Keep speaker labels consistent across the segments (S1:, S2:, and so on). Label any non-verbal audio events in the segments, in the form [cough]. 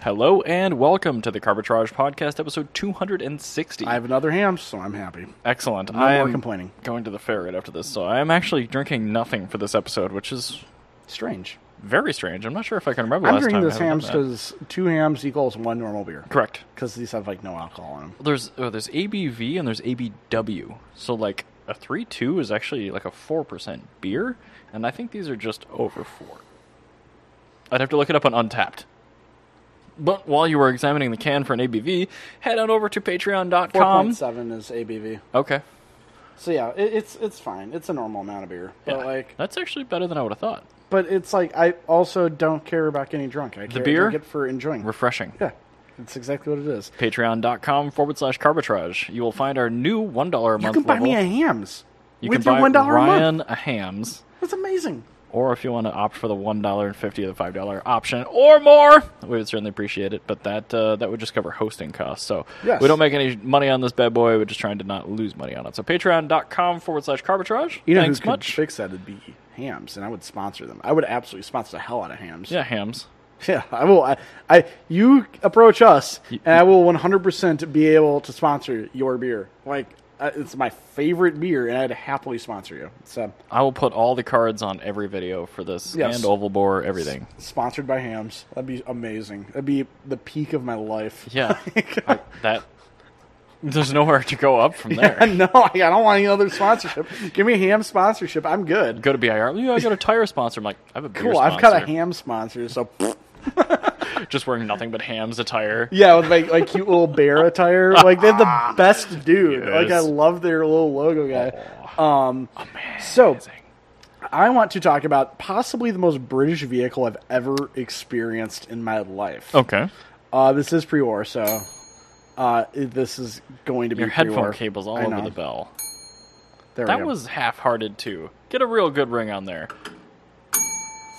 S1: Hello and welcome to the Carbitrage Podcast, episode 260.
S2: I have another ham, so I'm happy.
S1: Excellent.
S2: No more
S1: I'm
S2: complaining.
S1: going to the fair right after this, so I am actually drinking nothing for this episode, which is
S2: Strange.
S1: very strange. I'm not sure if I can remember
S2: I'm
S1: last
S2: drinking
S1: time. I
S2: this ham
S1: haven't done
S2: because two hams equals one normal beer.
S1: that. Correct.
S2: Because these have like no alcohol in them.
S1: There's oh, there's ABV and there's ABW. So like a three two is actually like a four percent beer, and I think these are just over four. I'd have to look it up on Untapped. But while you were examining the can for an ABV, head on over to
S2: Four
S1: Patreon.com.
S2: point seven is ABV.
S1: Okay,
S2: So yeah, it, it's it's fine. It's a normal amount of beer. But
S1: Yeah.
S2: like,
S1: that's actually better than I would have thought.
S2: but it's like I also don't care about getting drunk. I care I
S1: beer?
S2: drink it for enjoying.
S1: Refreshing.
S2: yeah, that's exactly what it is.
S1: Patreon.com forward slash Carbitrage. You will find our new one dollar a
S2: You
S1: month
S2: can buy
S1: level.
S2: me a hams
S1: you
S2: with
S1: can
S2: your
S1: buy
S2: one dollar a month.
S1: Ryan a hams.
S2: That's amazing.
S1: or if you want to opt for the one dollar and fifty or the five dollar option or more, we would certainly appreciate it. But that uh, that would just cover hosting costs. So
S2: Yes.
S1: we don't make any money on this bad boy. We're just trying to not lose money on it. So Patreon.com forward slash Carbitrage.
S2: You know
S1: Thanks
S2: who could
S1: much.
S2: fix that would be hams, and I would sponsor them. I would absolutely sponsor the hell out of hams.
S1: yeah, hams.
S2: [laughs] Yeah, I will. I, I you approach us, and I will 100% be able to sponsor your beer. Like uh, it's my favorite beer, and I'd happily sponsor you. uh, So
S1: I will put all the cards on every video for this
S2: Yes.
S1: and oval bore everything.
S2: sponsored by Hams, that'd be amazing. That'd be the peak of my life. [laughs]
S1: Yeah, I- that. There's nowhere to go up from there.
S2: no, I don't want any other sponsorship. Give me a ham sponsorship. I'm good.
S1: Go to BIR. Yeah, I got a tire sponsor. I'm like, I have a beer
S2: Cool.
S1: sponsor.
S2: I've got a ham sponsor. So [laughs]
S1: Just wearing nothing but hams attire.
S2: yeah, with my like cute little bear attire. Like they're
S1: [laughs]
S2: the best dude. Like I
S1: Yes.
S2: love their little logo guy. Um, so.
S1: Amazing.
S2: I want to talk about possibly the most British vehicle I've ever experienced in my life.
S1: Okay.
S2: Uh, this is pre-war, so uh, this is going to be
S1: Your
S2: pre-war.
S1: headphone cable's all
S2: I
S1: over
S2: know.
S1: the bell.
S2: There we
S1: That
S2: go.
S1: was half hearted too. Get a real good ring on there.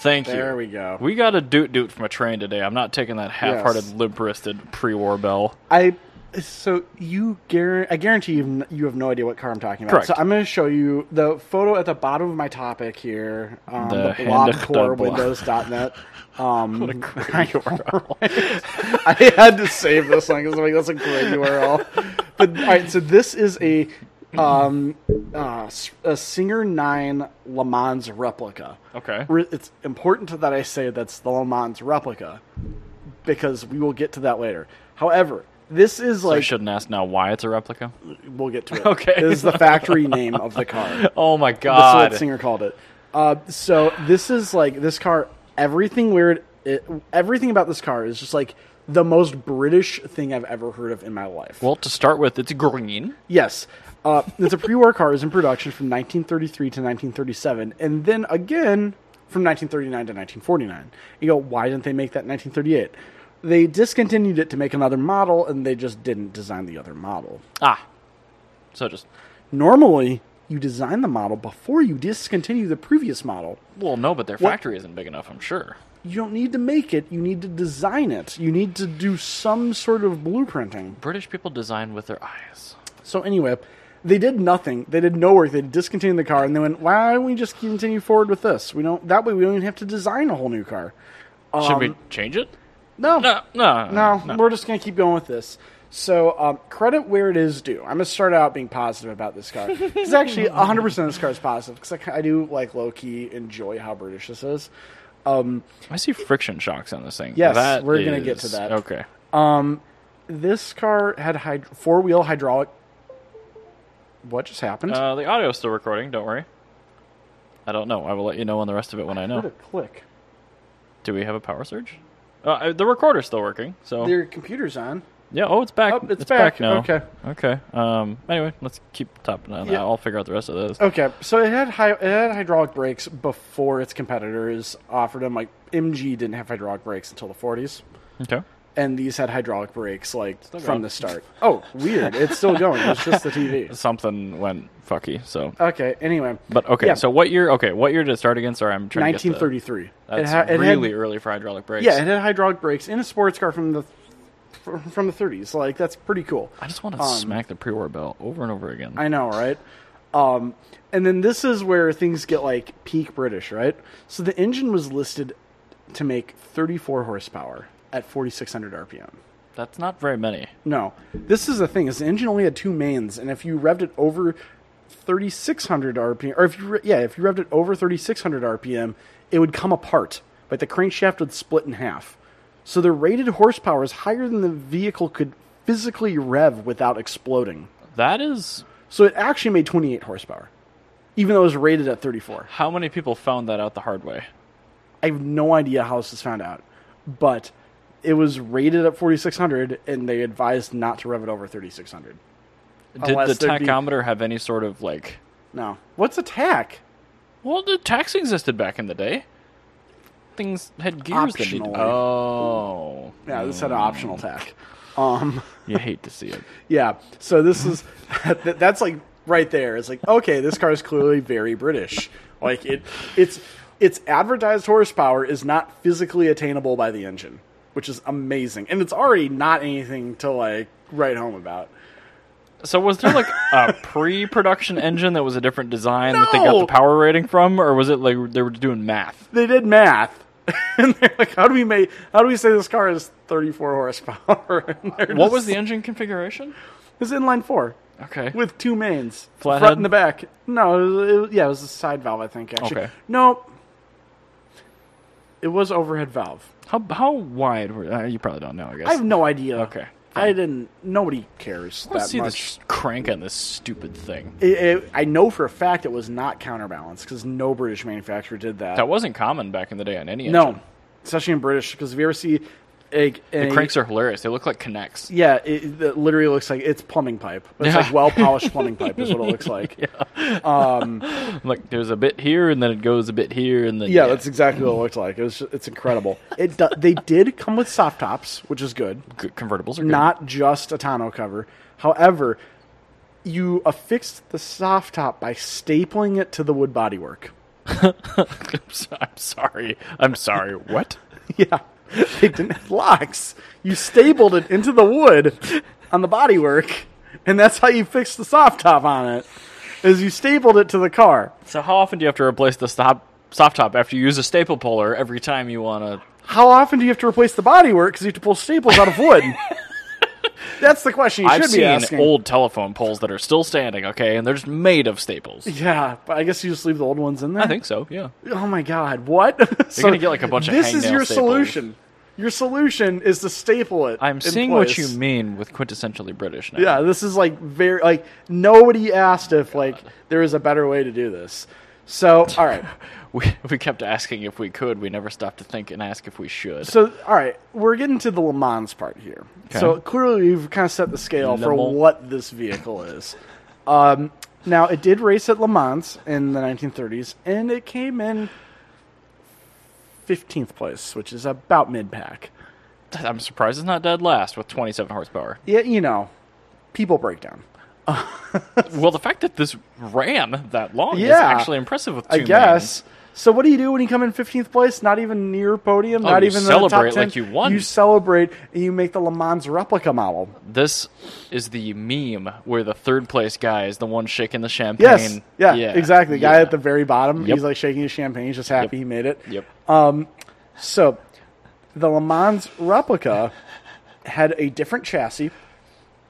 S1: Thank
S2: there.
S1: you.
S2: We go.
S1: We got a doot doot from a train today. I'm not taking that half hearted,
S2: Yes.
S1: limp wristed pre war bell.
S2: I so you guar I guarantee you you have no idea what car I'm talking about.
S1: Correct.
S2: So I'm going to show you the photo at the bottom of my topic here. Um,
S1: The
S2: the, blob
S1: hand-
S2: core
S1: the blob. [laughs]
S2: windows.net. Um, [laughs]
S1: What a great URL.
S2: I had to save this one because I'm like, that's a great URL. But all right, so this is a um, uh, s- a Singer Nine Le Mans replica.
S1: Okay.
S2: Re- It's important that I say that's the Le Mans replica because we will get to that later. However, this is
S1: I
S2: like
S1: shouldn't ask now why it's a replica.
S2: we'll get to it.
S1: Okay.
S2: this is the factory name of the car.
S1: Oh my
S2: That's
S1: god.
S2: what Singer called it. Uh, so this is like this car. Everything weird. It, everything about this car is just like the most British thing I've ever heard of in my life.
S1: Well, to start with, it's green.
S2: yes, uh, it's a pre-war car. is in production from 1933 to 1937, and then again from 1939 to 1949. You go, why didn't they make that in 1938? They discontinued it to make another model, and they just didn't design the other model.
S1: Ah. So just
S2: Normally, you design the model before you discontinue the previous model.
S1: well, no, but their factory isn't big enough, I'm sure.
S2: you don't need to make it you need to design it you need to do some sort of blueprinting
S1: British people design with their eyes.
S2: so anyway they did nothing they did no work they discontinued the car and they went why don't we just continue forward with this we don't that way we don't even have to design a whole new car
S1: Should we change it?
S2: no
S1: No, no,
S2: Um, no, we're just going to keep going with this. So, um, credit where it is due. I'm going to start out being positive about
S1: [laughs]
S2: this car. It's actually 100% of this car is positive because I, I do, like, low key enjoy how British this is.
S1: I see friction shocks on this thing.
S2: Yes,
S1: That
S2: we're gonna get to
S1: is-
S2: that.
S1: Okay.
S2: This car had hyd- four wheel hydraulic. What just happened?
S1: Uh, the audio's still recording. Don't worry. I don't know. I will let you know on the rest of it when I
S2: What a
S1: know.
S2: click.
S1: Do we have a power surge? Uh, uh, the recorder's still working. So
S2: Their computer's on.
S1: yeah. Oh, it's back.
S2: Oh, it's back.
S1: now.
S2: Okay.
S1: Okay. Um. Anyway, let's keep topping on. that.
S2: Yeah. Oh.
S1: I'll figure out the rest of this.
S2: Okay, so it had hy- it had hydraulic brakes before its competitors offered them. Like MG didn't have hydraulic brakes until the 40s,
S1: Okay.
S2: and these had hydraulic brakes like
S1: going.
S2: from the start. Oh, weird! It's still going. It's just
S1: [laughs]
S2: the TV.
S1: Something went fucky. So.
S2: Okay. Anyway,
S1: But okay.
S2: Yeah.
S1: So what year? Okay. What year did it start again? Sorry, I'm trying to get the-
S2: 1933. It
S1: That's
S2: ha- it had-
S1: really early for hydraulic brakes.
S2: yeah, it had hydraulic brakes in a sports car from the fr- from the 30s. Like that's pretty cool.
S1: I just want to smack the pre-war bell over and over again.
S2: I know, right? Um, and then this is where things get like peak British, right? So the engine was listed to make 34 horsepower. at 4600 RPM.
S1: That's not very many.
S2: No, this is the thing. Is the engine only had two mains, and if you revved it over 3600 RPM, or if you re- yeah, if you revved it over 3600 RPM, it would come apart. Like the crankshaft would split in half. So the rated horsepower is higher than the vehicle could physically rev without exploding.
S1: That is
S2: So it actually made 28 horsepower, even though it was rated at 34.
S1: how many people found that out the hard way.
S2: I have no idea how this was found out, but it was rated at 4600, and they advised not to rev it over 3600.
S1: Did
S2: Unless
S1: the
S2: there'd be-
S1: tachometer have any sort of like?
S2: No, what's a tack?
S1: Well, the tax existed back in the day. Things had gears that needed.
S2: Optionally.
S1: Oh,
S2: Yeah, this had an optional tack. Um,
S1: you hate to see it.
S2: yeah, so this is [laughs] that- that's like right there. It's like okay, this car is clearly very British. Like it, it's its advertised horsepower is not physically attainable by the engine, which is amazing, and it's already not anything to like write home about.
S1: So was there like
S2: [laughs]
S1: a pre-production engine that was a different design that they got the
S2: No!
S1: power rating from, or was it like they were doing math?
S2: They did math. [laughs] And they're like, how do we make? How do we say this car is 34 horsepower? [laughs] And they're
S1: What
S2: just-
S1: was the engine configuration?
S2: It's inline four.
S1: Okay,
S2: with two mains,
S1: Flathead?
S2: front and the back. No, it was, it was- yeah, it was a side valve, I think. Actually,
S1: Okay.
S2: no, it was overhead valve.
S1: how how wide were? Uh, you probably don't know. I guess.
S2: I have no idea.
S1: Okay.
S2: I didn't. Nobody cares
S1: Let's
S2: that
S1: see
S2: much.
S1: this crank on this stupid thing.
S2: It, it, I know for a fact it was not counterbalance because no British manufacturer did that.
S1: That wasn't common back in the day on any engine.
S2: no, especially in British. Because if you ever see a, a
S1: The cranks are hilarious. They look like connects.
S2: yeah, it, it literally looks like it's plumbing pipe. It's
S1: Yeah.
S2: like
S1: [laughs]
S2: well polished plumbing pipe is what it looks like.
S1: Like there's a bit here, and then it goes a bit here, and then
S2: Yeah, that's exactly what it looked like. It was just, it's incredible. [laughs] It do, they did come with soft tops, which is good,
S1: Good convertibles are good.
S2: not just a tonneau cover. However, you affixed the soft top by stapling it to the wood bodywork.
S1: [laughs] I'm sorry. I'm
S2: [laughs]
S1: sorry. What?
S2: [laughs] Yeah, they didn't have locks. You stapled it into the wood on the bodywork, and that's how you fixed the soft top on it. Is you stapled it to the car.
S1: So how often do you have to replace the stop, soft top after you use a staple puller every time you want to?
S2: How often do you have to replace the bodywork because you have to pull staples out of [laughs] wood? That's the question you should
S1: I've
S2: be
S1: seen
S2: asking.
S1: old telephone poles that are still standing, okay, and they're just made of staples.
S2: Yeah, but I guess you just leave the old ones in there.
S1: I think so. Yeah.
S2: Oh my god, what? You're
S1: gonna get, like, a bunch of
S2: This is
S1: hangnail
S2: your
S1: staples.
S2: solution. Your solution is to staple it.
S1: I'm
S2: in
S1: seeing what
S2: place.
S1: you mean with quintessentially British now.
S2: Yeah, this is like very like nobody asked if like there is a better way to do this. So all right,
S1: [laughs] We, we kept asking if we could. We never stopped to think and ask if we should.
S2: so all right, we're getting to the Le Mans part here. So
S1: Okay.
S2: clearly we've kind of set the scale
S1: Le
S2: for
S1: Mans.
S2: what this vehicle is. Um, now it did race at Le Mans in the 1930s, and it came in 15th place, which is about mid pack.
S1: [sighs] I'm surprised it's not dead last with 27 horsepower.
S2: yeah, you know, people break down.
S1: Well, the fact that this ran that long is
S2: Yeah.
S1: actually impressive with two
S2: I
S1: mains.
S2: guess. So what do you do when you come in 15th place? Not even near podium. not
S1: Oh, you
S2: even in the
S1: celebrate
S2: top 10?
S1: like you won.
S2: You celebrate and you make the Le Mans replica model.
S1: This is the meme where the third place guy is the one shaking the champagne.
S2: Yes. yeah, Exactly. The guy
S1: yeah.
S2: at the very bottom.
S1: Yep.
S2: He's like shaking his champagne. He's just happy he made it.
S1: Yep.
S2: So the Le Mans replica had a different chassis,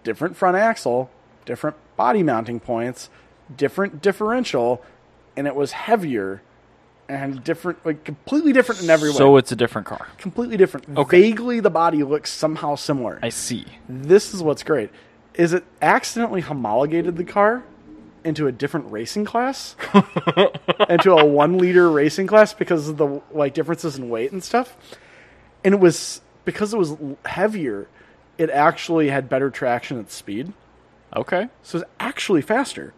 S2: different front axle, different body mounting points, different differential, and it was heavier and different, like completely different in every way.
S1: So it's a different car.
S2: completely different. Vaguely, the body looks somehow similar.
S1: I see.
S2: this is what's great: is it accidentally homologated the car into a different
S1: [laughs]
S2: racing class, into a one-liter racing class because of the like differences in weight and stuff. And it was because it was l- heavier; it actually had better traction at speed,
S1: Okay.
S2: so it's actually faster.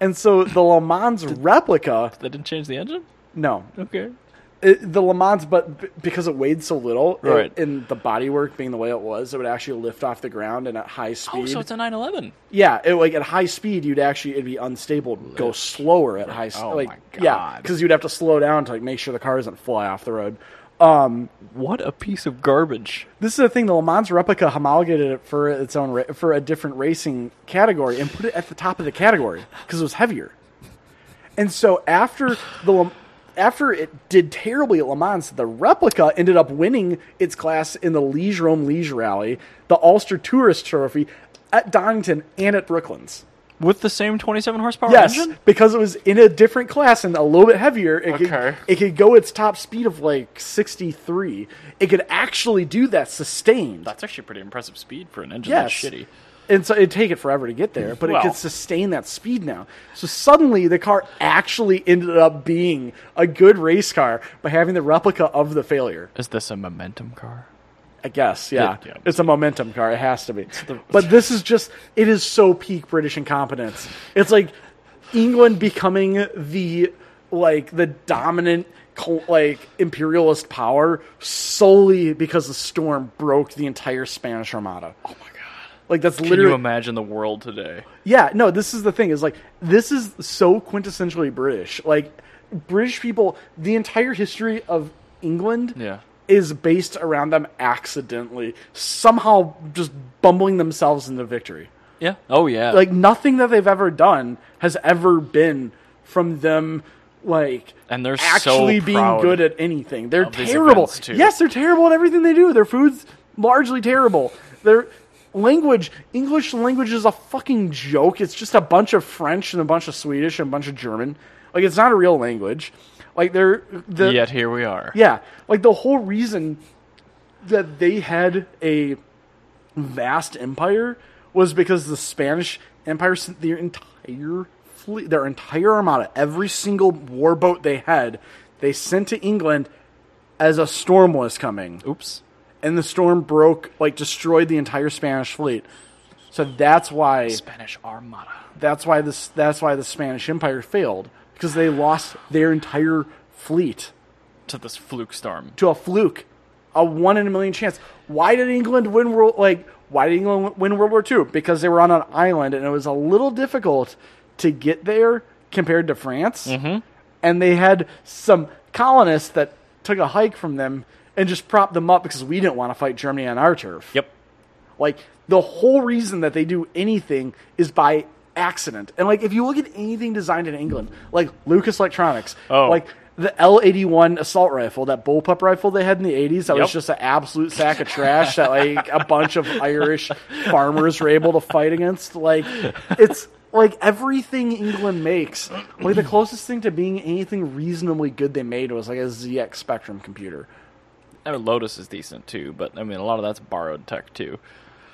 S2: And so the Le Mans replica,
S1: They didn't change the engine?
S2: no,
S1: Okay.
S2: it, the Le Mans, but b- because it weighed so little, it-
S1: Right.
S2: and the bodywork being the way it was, it would actually lift off the ground and at high speed.
S1: Oh, so it's a 911.
S2: yeah, it, like at high speed, you'd actually it'd be unstable, go slower at high speed.
S1: Oh
S2: like,
S1: my
S2: Yeah,
S1: God.
S2: because you'd have to slow down to like make sure the car doesn't fly off the road. Um,
S1: What a piece of garbage.
S2: this is the thing: the Le Mans replica homologated it for its own ra- for a different racing category and put it at the top of the category because it was heavier. And so after the Le- after it did terribly at Le Mans, the replica ended up winning its class in the Liege Rome Liege Rally, the Ulster Tourist Trophy at Donington and at Brooklands.
S1: With the same 27 horsepower
S2: Yes,
S1: engine?
S2: because it was in a different class and a little bit heavier. It
S1: Okay.
S2: Could, it could go its top speed of like 63. It could actually do that sustained.
S1: That's actually pretty impressive speed for an engine
S2: yes.
S1: that's shitty.
S2: And so it'd take it forever to get there, but
S1: Well.
S2: it could sustain that speed now. So suddenly the car actually ended up being a good race car by having the replica of the failure.
S1: Is this a momentum car?
S2: I guess, yeah.
S1: Yeah, yeah.
S2: It's a momentum car. It has to be. but this is just, it is so peak British incompetence. It's like England becoming the, like, the dominant, col- like, imperialist power solely because the storm broke the entire Spanish Armada. Oh, my God. Like, that's
S1: Can you
S2: literally.
S1: imagine the world today?
S2: Yeah, no, this is the thing. Is like this is so quintessentially British. Like British people, the entire history of England
S1: Yeah.
S2: is based around them accidentally somehow just bumbling themselves into victory.
S1: Yeah. Oh, yeah.
S2: Like nothing that they've ever done has ever been from them like
S1: and they're
S2: actually
S1: so
S2: being
S1: proud.
S2: good at anything. They're
S1: these
S2: terrible.
S1: events, too.
S2: Yes, they're terrible at everything they do. Their food's largely terrible. Their language, English language is a fucking joke. It's just a bunch of French and a bunch of Swedish and a bunch of German. Like it's not a real language. Like they're the
S1: Yet here we are.
S2: yeah, like the whole reason that they had a vast empire was because the Spanish Empire sent their entire fleet, their entire armada, every single warboat they had, they sent to England as a storm was coming,
S1: Oops.
S2: and the storm broke, like destroyed the entire Spanish fleet. So that's why
S1: Spanish Armada.
S2: that's why this that's why the Spanish Empire failed because they lost their entire fleet
S1: To this fluke storm.
S2: to a fluke, a one in a million chance. Why did England win world? Like, why did England win World War II? Because they were on an island, and it was a little difficult to get there compared to France. And they had some colonists that took a hike from them and just propped them up because we didn't want to fight Germany on our turf.
S1: Yep.
S2: Like the whole reason that they do anything is by accident. And like if you look at anything designed in England, like Lucas Electronics,
S1: Oh.
S2: like the L eighty one assault rifle, that bullpup rifle they had in the eighties, that
S1: Yep.
S2: was just an absolute sack of trash that like a bunch of Irish farmers were able to fight against. Like it's like everything England makes, like the closest thing to being anything reasonably good they made was like a ZX Spectrum computer.
S1: I mean, Lotus is decent too, but I mean, a lot of that's borrowed tech too.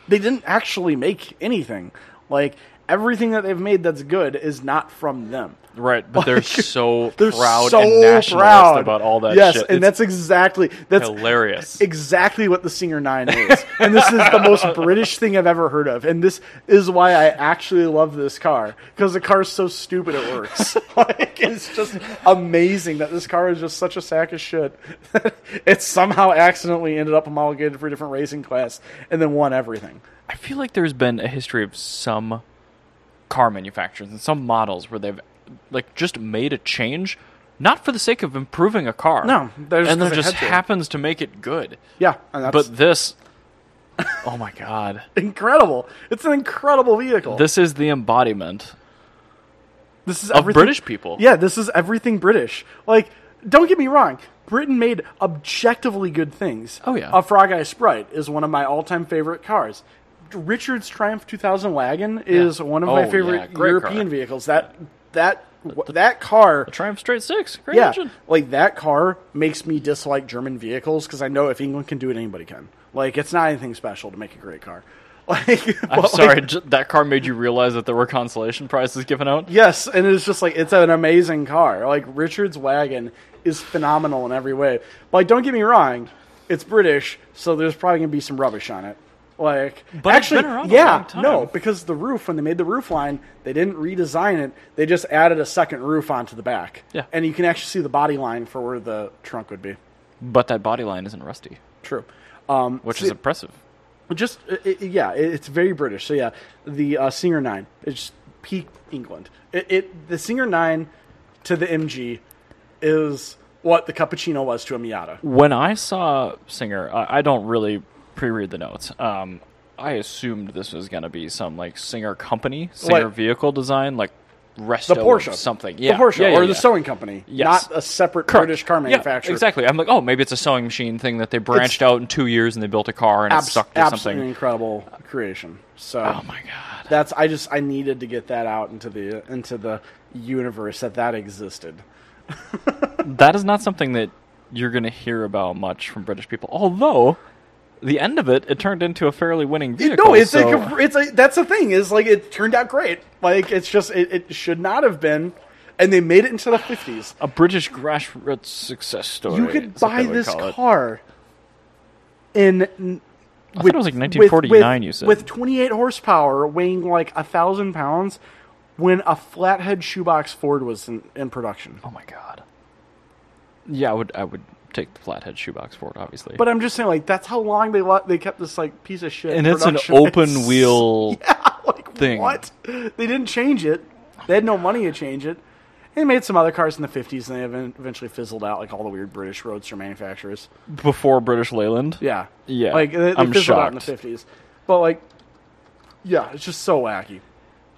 S2: they didn't actually make anything. Like everything that they've made that's good is not from them.
S1: Right, but [laughs] they're so
S2: They're
S1: proud
S2: so
S1: and nationalist
S2: proud
S1: about all that
S2: Yes,
S1: shit.
S2: and
S1: It's
S2: that's exactly that's
S1: hilarious.
S2: exactly what the Singer Nine is. and this is the
S1: [laughs]
S2: most British thing I've ever heard of. And this is why I actually love this car because the car's so stupid
S1: [laughs]
S2: it works. like it's just amazing that this car is just such a sack of shit. [laughs] it somehow accidentally ended up homologated for a different racing class and then won everything.
S1: I feel like there's been a history of some car manufacturers and some models where they've like just made a change, not for the sake of improving a car.
S2: No, they're just
S1: and then
S2: 'cause they
S1: just
S2: had to.
S1: happens to make it good.
S2: Yeah, and that's
S1: But this, oh my god,
S2: incredible. It's an incredible vehicle.
S1: this is the embodiment
S2: This is
S1: of
S2: everything-
S1: British people.
S2: Yeah, this is everything British. Like, don't get me wrong. Britain made objectively good things.
S1: Oh, yeah.
S2: a Frog Eye Sprite is one of my all-time favorite cars. Richard's Triumph 2000 wagon is one of
S1: Oh,
S2: my
S1: yeah,
S2: favorite
S1: great
S2: European
S1: car.
S2: vehicles. That that that car.
S1: Triumph Straight Six, great
S2: Yeah, [laughs]
S1: engine.
S2: like that car makes me dislike German vehicles because I know if England can do it, anybody can. Like, it's not anything special to make a great car. [laughs] Like,
S1: I'm sorry, j- that car made you realize that there were consolation prizes given out.
S2: Yes, and it's just like it's an amazing car. Like Richard's wagon is phenomenal in every way. But like, don't get me wrong, it's British, so there's probably gonna be some rubbish on it. Like,
S1: But it's
S2: actually,
S1: been around a
S2: yeah,
S1: long time.
S2: no, because the roof when they made the roof line, they didn't redesign it. They just added a second roof onto the back.
S1: Yeah.
S2: and you can actually see the body line for where the trunk would be.
S1: But that body line isn't rusty,
S2: True. Um,
S1: which
S2: so-
S1: is impressive.
S2: just it, it- yeah, it, it's very British. So yeah, the uh, Singer Nine, it's peak England. It, it the Singer Nine to the MG is what the cappuccino was to a Miata.
S1: When I saw Singer, I, I don't really pre-read the notes. Um, I assumed this was going to be some like Singer company, Singer
S2: Like-
S1: vehicle design, like resto
S2: the
S1: of
S2: Porsche
S1: something. Yeah,
S2: the Porsche
S1: yeah, yeah,
S2: or the
S1: yeah.
S2: sewing company,
S1: Yes.
S2: not a separate
S1: Correct.
S2: British car
S1: Yeah,
S2: manufacturer.
S1: exactly. I'm like, oh, maybe it's a sewing machine thing that they branched out in two years and they built a car and
S2: Abs-
S1: it stuck to
S2: absolutely
S1: something.
S2: incredible creation. So
S1: Oh my god.
S2: that's I just I needed to get that out into the into the universe that that existed.
S1: That is not something that you're going to hear about much from British people. Although, the end of it, it turned into a fairly winning vehicle.
S2: no, it's
S1: so-
S2: a, com- it's a, that's the thing is like it turned out great. Like it's just it, it should not have been, and they made it into
S1: [sighs]
S2: the fifties.
S1: a British grassroots success story.
S2: You could
S1: is what they
S2: buy
S1: would
S2: this
S1: call it.
S2: car in. n-
S1: I thought it was like 1949.
S2: with,
S1: you said
S2: with 28 horsepower, weighing like a thousand pounds, when a flathead shoebox Ford was in, in production.
S1: Oh my god. Yeah, I would. I would take the flathead shoebox for it, obviously.
S2: But I'm just saying, like that's how long they let, they kept this like piece of shit.
S1: and it's an
S2: production. [laughs]
S1: open wheel.
S2: like
S1: thing.
S2: What? They didn't change it. They had no money to change it. They made some other cars in the 50s, and they even- eventually fizzled out, like all the weird British roadster manufacturers.
S1: before British Leyland.
S2: Yeah,
S1: Yeah,
S2: Like they, they
S1: I'm
S2: fizzled out in the
S1: shocked.
S2: 50s, but like, yeah, it's just so wacky.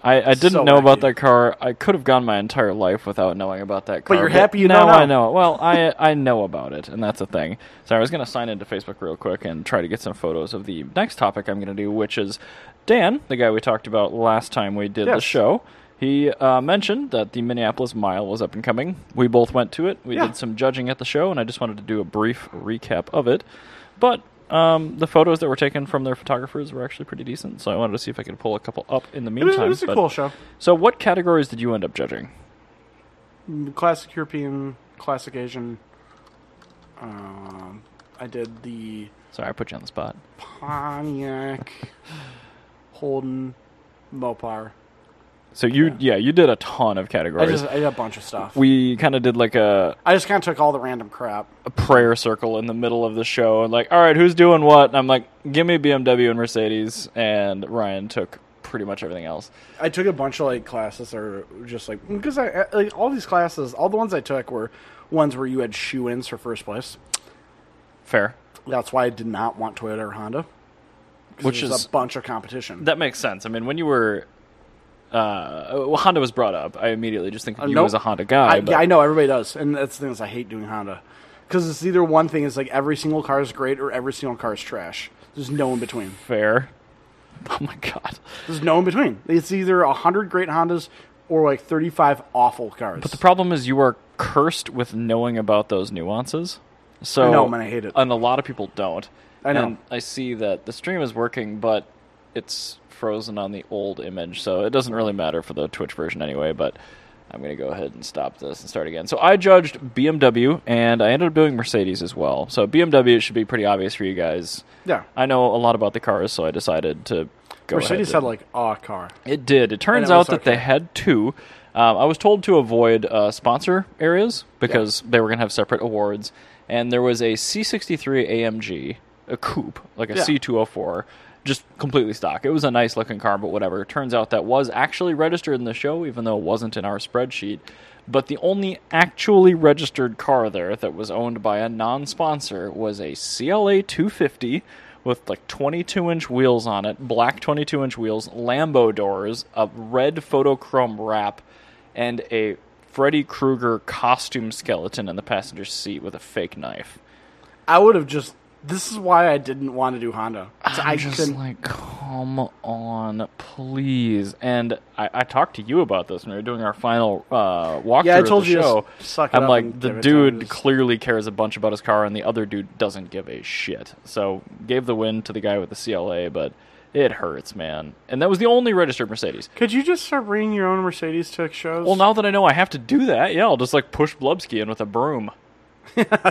S1: I, I didn't
S2: So
S1: know about
S2: wacky.
S1: that car. I could have gone my entire life without knowing about that car.
S2: you're happy you
S1: now
S2: know now.
S1: I know. Well, I I know about it, and that's a thing. So I was going to sign into Facebook real quick and try to get some photos of the next topic I'm going to do, which is Dan, the guy we talked about last time we did the
S2: Yes.
S1: show. He uh, mentioned that the Minneapolis Mile was up and coming. We both went to it. We
S2: Yeah.
S1: did some judging at the show, and I just wanted to do a brief recap of it. But um, the photos that were taken from their photographers were actually pretty decent, so I wanted to see if I could pull a couple up in the
S2: It was,
S1: meantime.
S2: it was a
S1: but-
S2: cool show.
S1: so, what categories did you end up judging?
S2: Classic European, classic Asian. Um, I did the
S1: Sorry, I put you on the spot.
S2: Pontiac, Holden, Mopar.
S1: So you, yeah, you did a ton of
S2: I
S1: categories.
S2: just I did a bunch of stuff.
S1: we kind of did like a,
S2: I just kind of took all the random crap.
S1: a prayer circle in the middle of the show, and like, all right, who's doing what? And I'm like, give me BMW and Mercedes, and Ryan took pretty much everything else.
S2: I took a bunch of like classes that are just like because I I- like all these classes, all the ones I took were ones where you had shoe ins for first place.
S1: Fair.
S2: That's why I did not want Toyota or Honda, 'cause
S1: Which
S2: there's
S1: is
S2: a bunch of competition.
S1: that makes sense. I mean, when you were. Uh, well, Honda was brought up. I immediately just think of you
S2: Uh, nope.
S1: as a Honda guy.
S2: I,
S1: but
S2: yeah, I know everybody does, and that's the thing is I hate doing Honda because it's either one thing is like every single car is great or every single car is trash. There's no in between.
S1: fair. [laughs] Oh my god!
S2: There's no in between. It's either hundred great Hondas or like thirty five awful cars.
S1: The problem is you are cursed with knowing about those nuances. So
S2: I know, man, I hate it.
S1: And a lot of people don't.
S2: I know.
S1: And I see that the stream is working, but it's frozen on the old image, so it doesn't really matter for the Twitch version anyway. But I'm going to go ahead and stop this and start again. So I judged BMW, and I ended up doing Mercedes as well. So BMW should be pretty obvious for you guys.
S2: yeah,
S1: I know a lot about the cars, so I decided to go. ahead
S2: Mercedes
S1: and-
S2: had like a car.
S1: it did. It turns
S2: it
S1: out
S2: was
S1: that they
S2: okay.
S1: had two. Um, I was told to avoid uh, sponsor areas because they were going to have separate awards. And there was a C63 AMG, a coupe, like a
S2: Yeah.
S1: 204 just completely stock. It was a nice looking car, but whatever. Turns out that was actually registered in the show, even though it wasn't in our spreadsheet. But the only actually registered car there that was owned by a non sponsor was a CLA 250 with like 22 inch wheels on it, black 22 inch wheels, Lambo doors, a red photochrome wrap, and a Freddy Krueger costume skeleton in the passenger seat with a fake knife.
S2: I would have just. This is why I didn't want to do Honda. So
S1: I'm
S2: I
S1: just
S2: couldn't-
S1: like, come on, please. And I, I talked to you about this when we were doing our final uh, walkthrough
S2: Yeah, I
S1: of
S2: told
S1: the
S2: you to
S1: show.
S2: s- suck it
S1: I'm
S2: up
S1: like,
S2: and
S1: the
S2: give it to him,
S1: dude
S2: just-
S1: clearly cares a bunch about his car, and the other dude doesn't give a shit. So gave the win to the guy with the CLA, but it hurts, man. And that was the only registered Mercedes.
S2: Could you just start bringing your own Mercedes to shows? [laughs]
S1: Well, now that I know I have to do that, yeah, I'll just like push Blubsky in with a broom.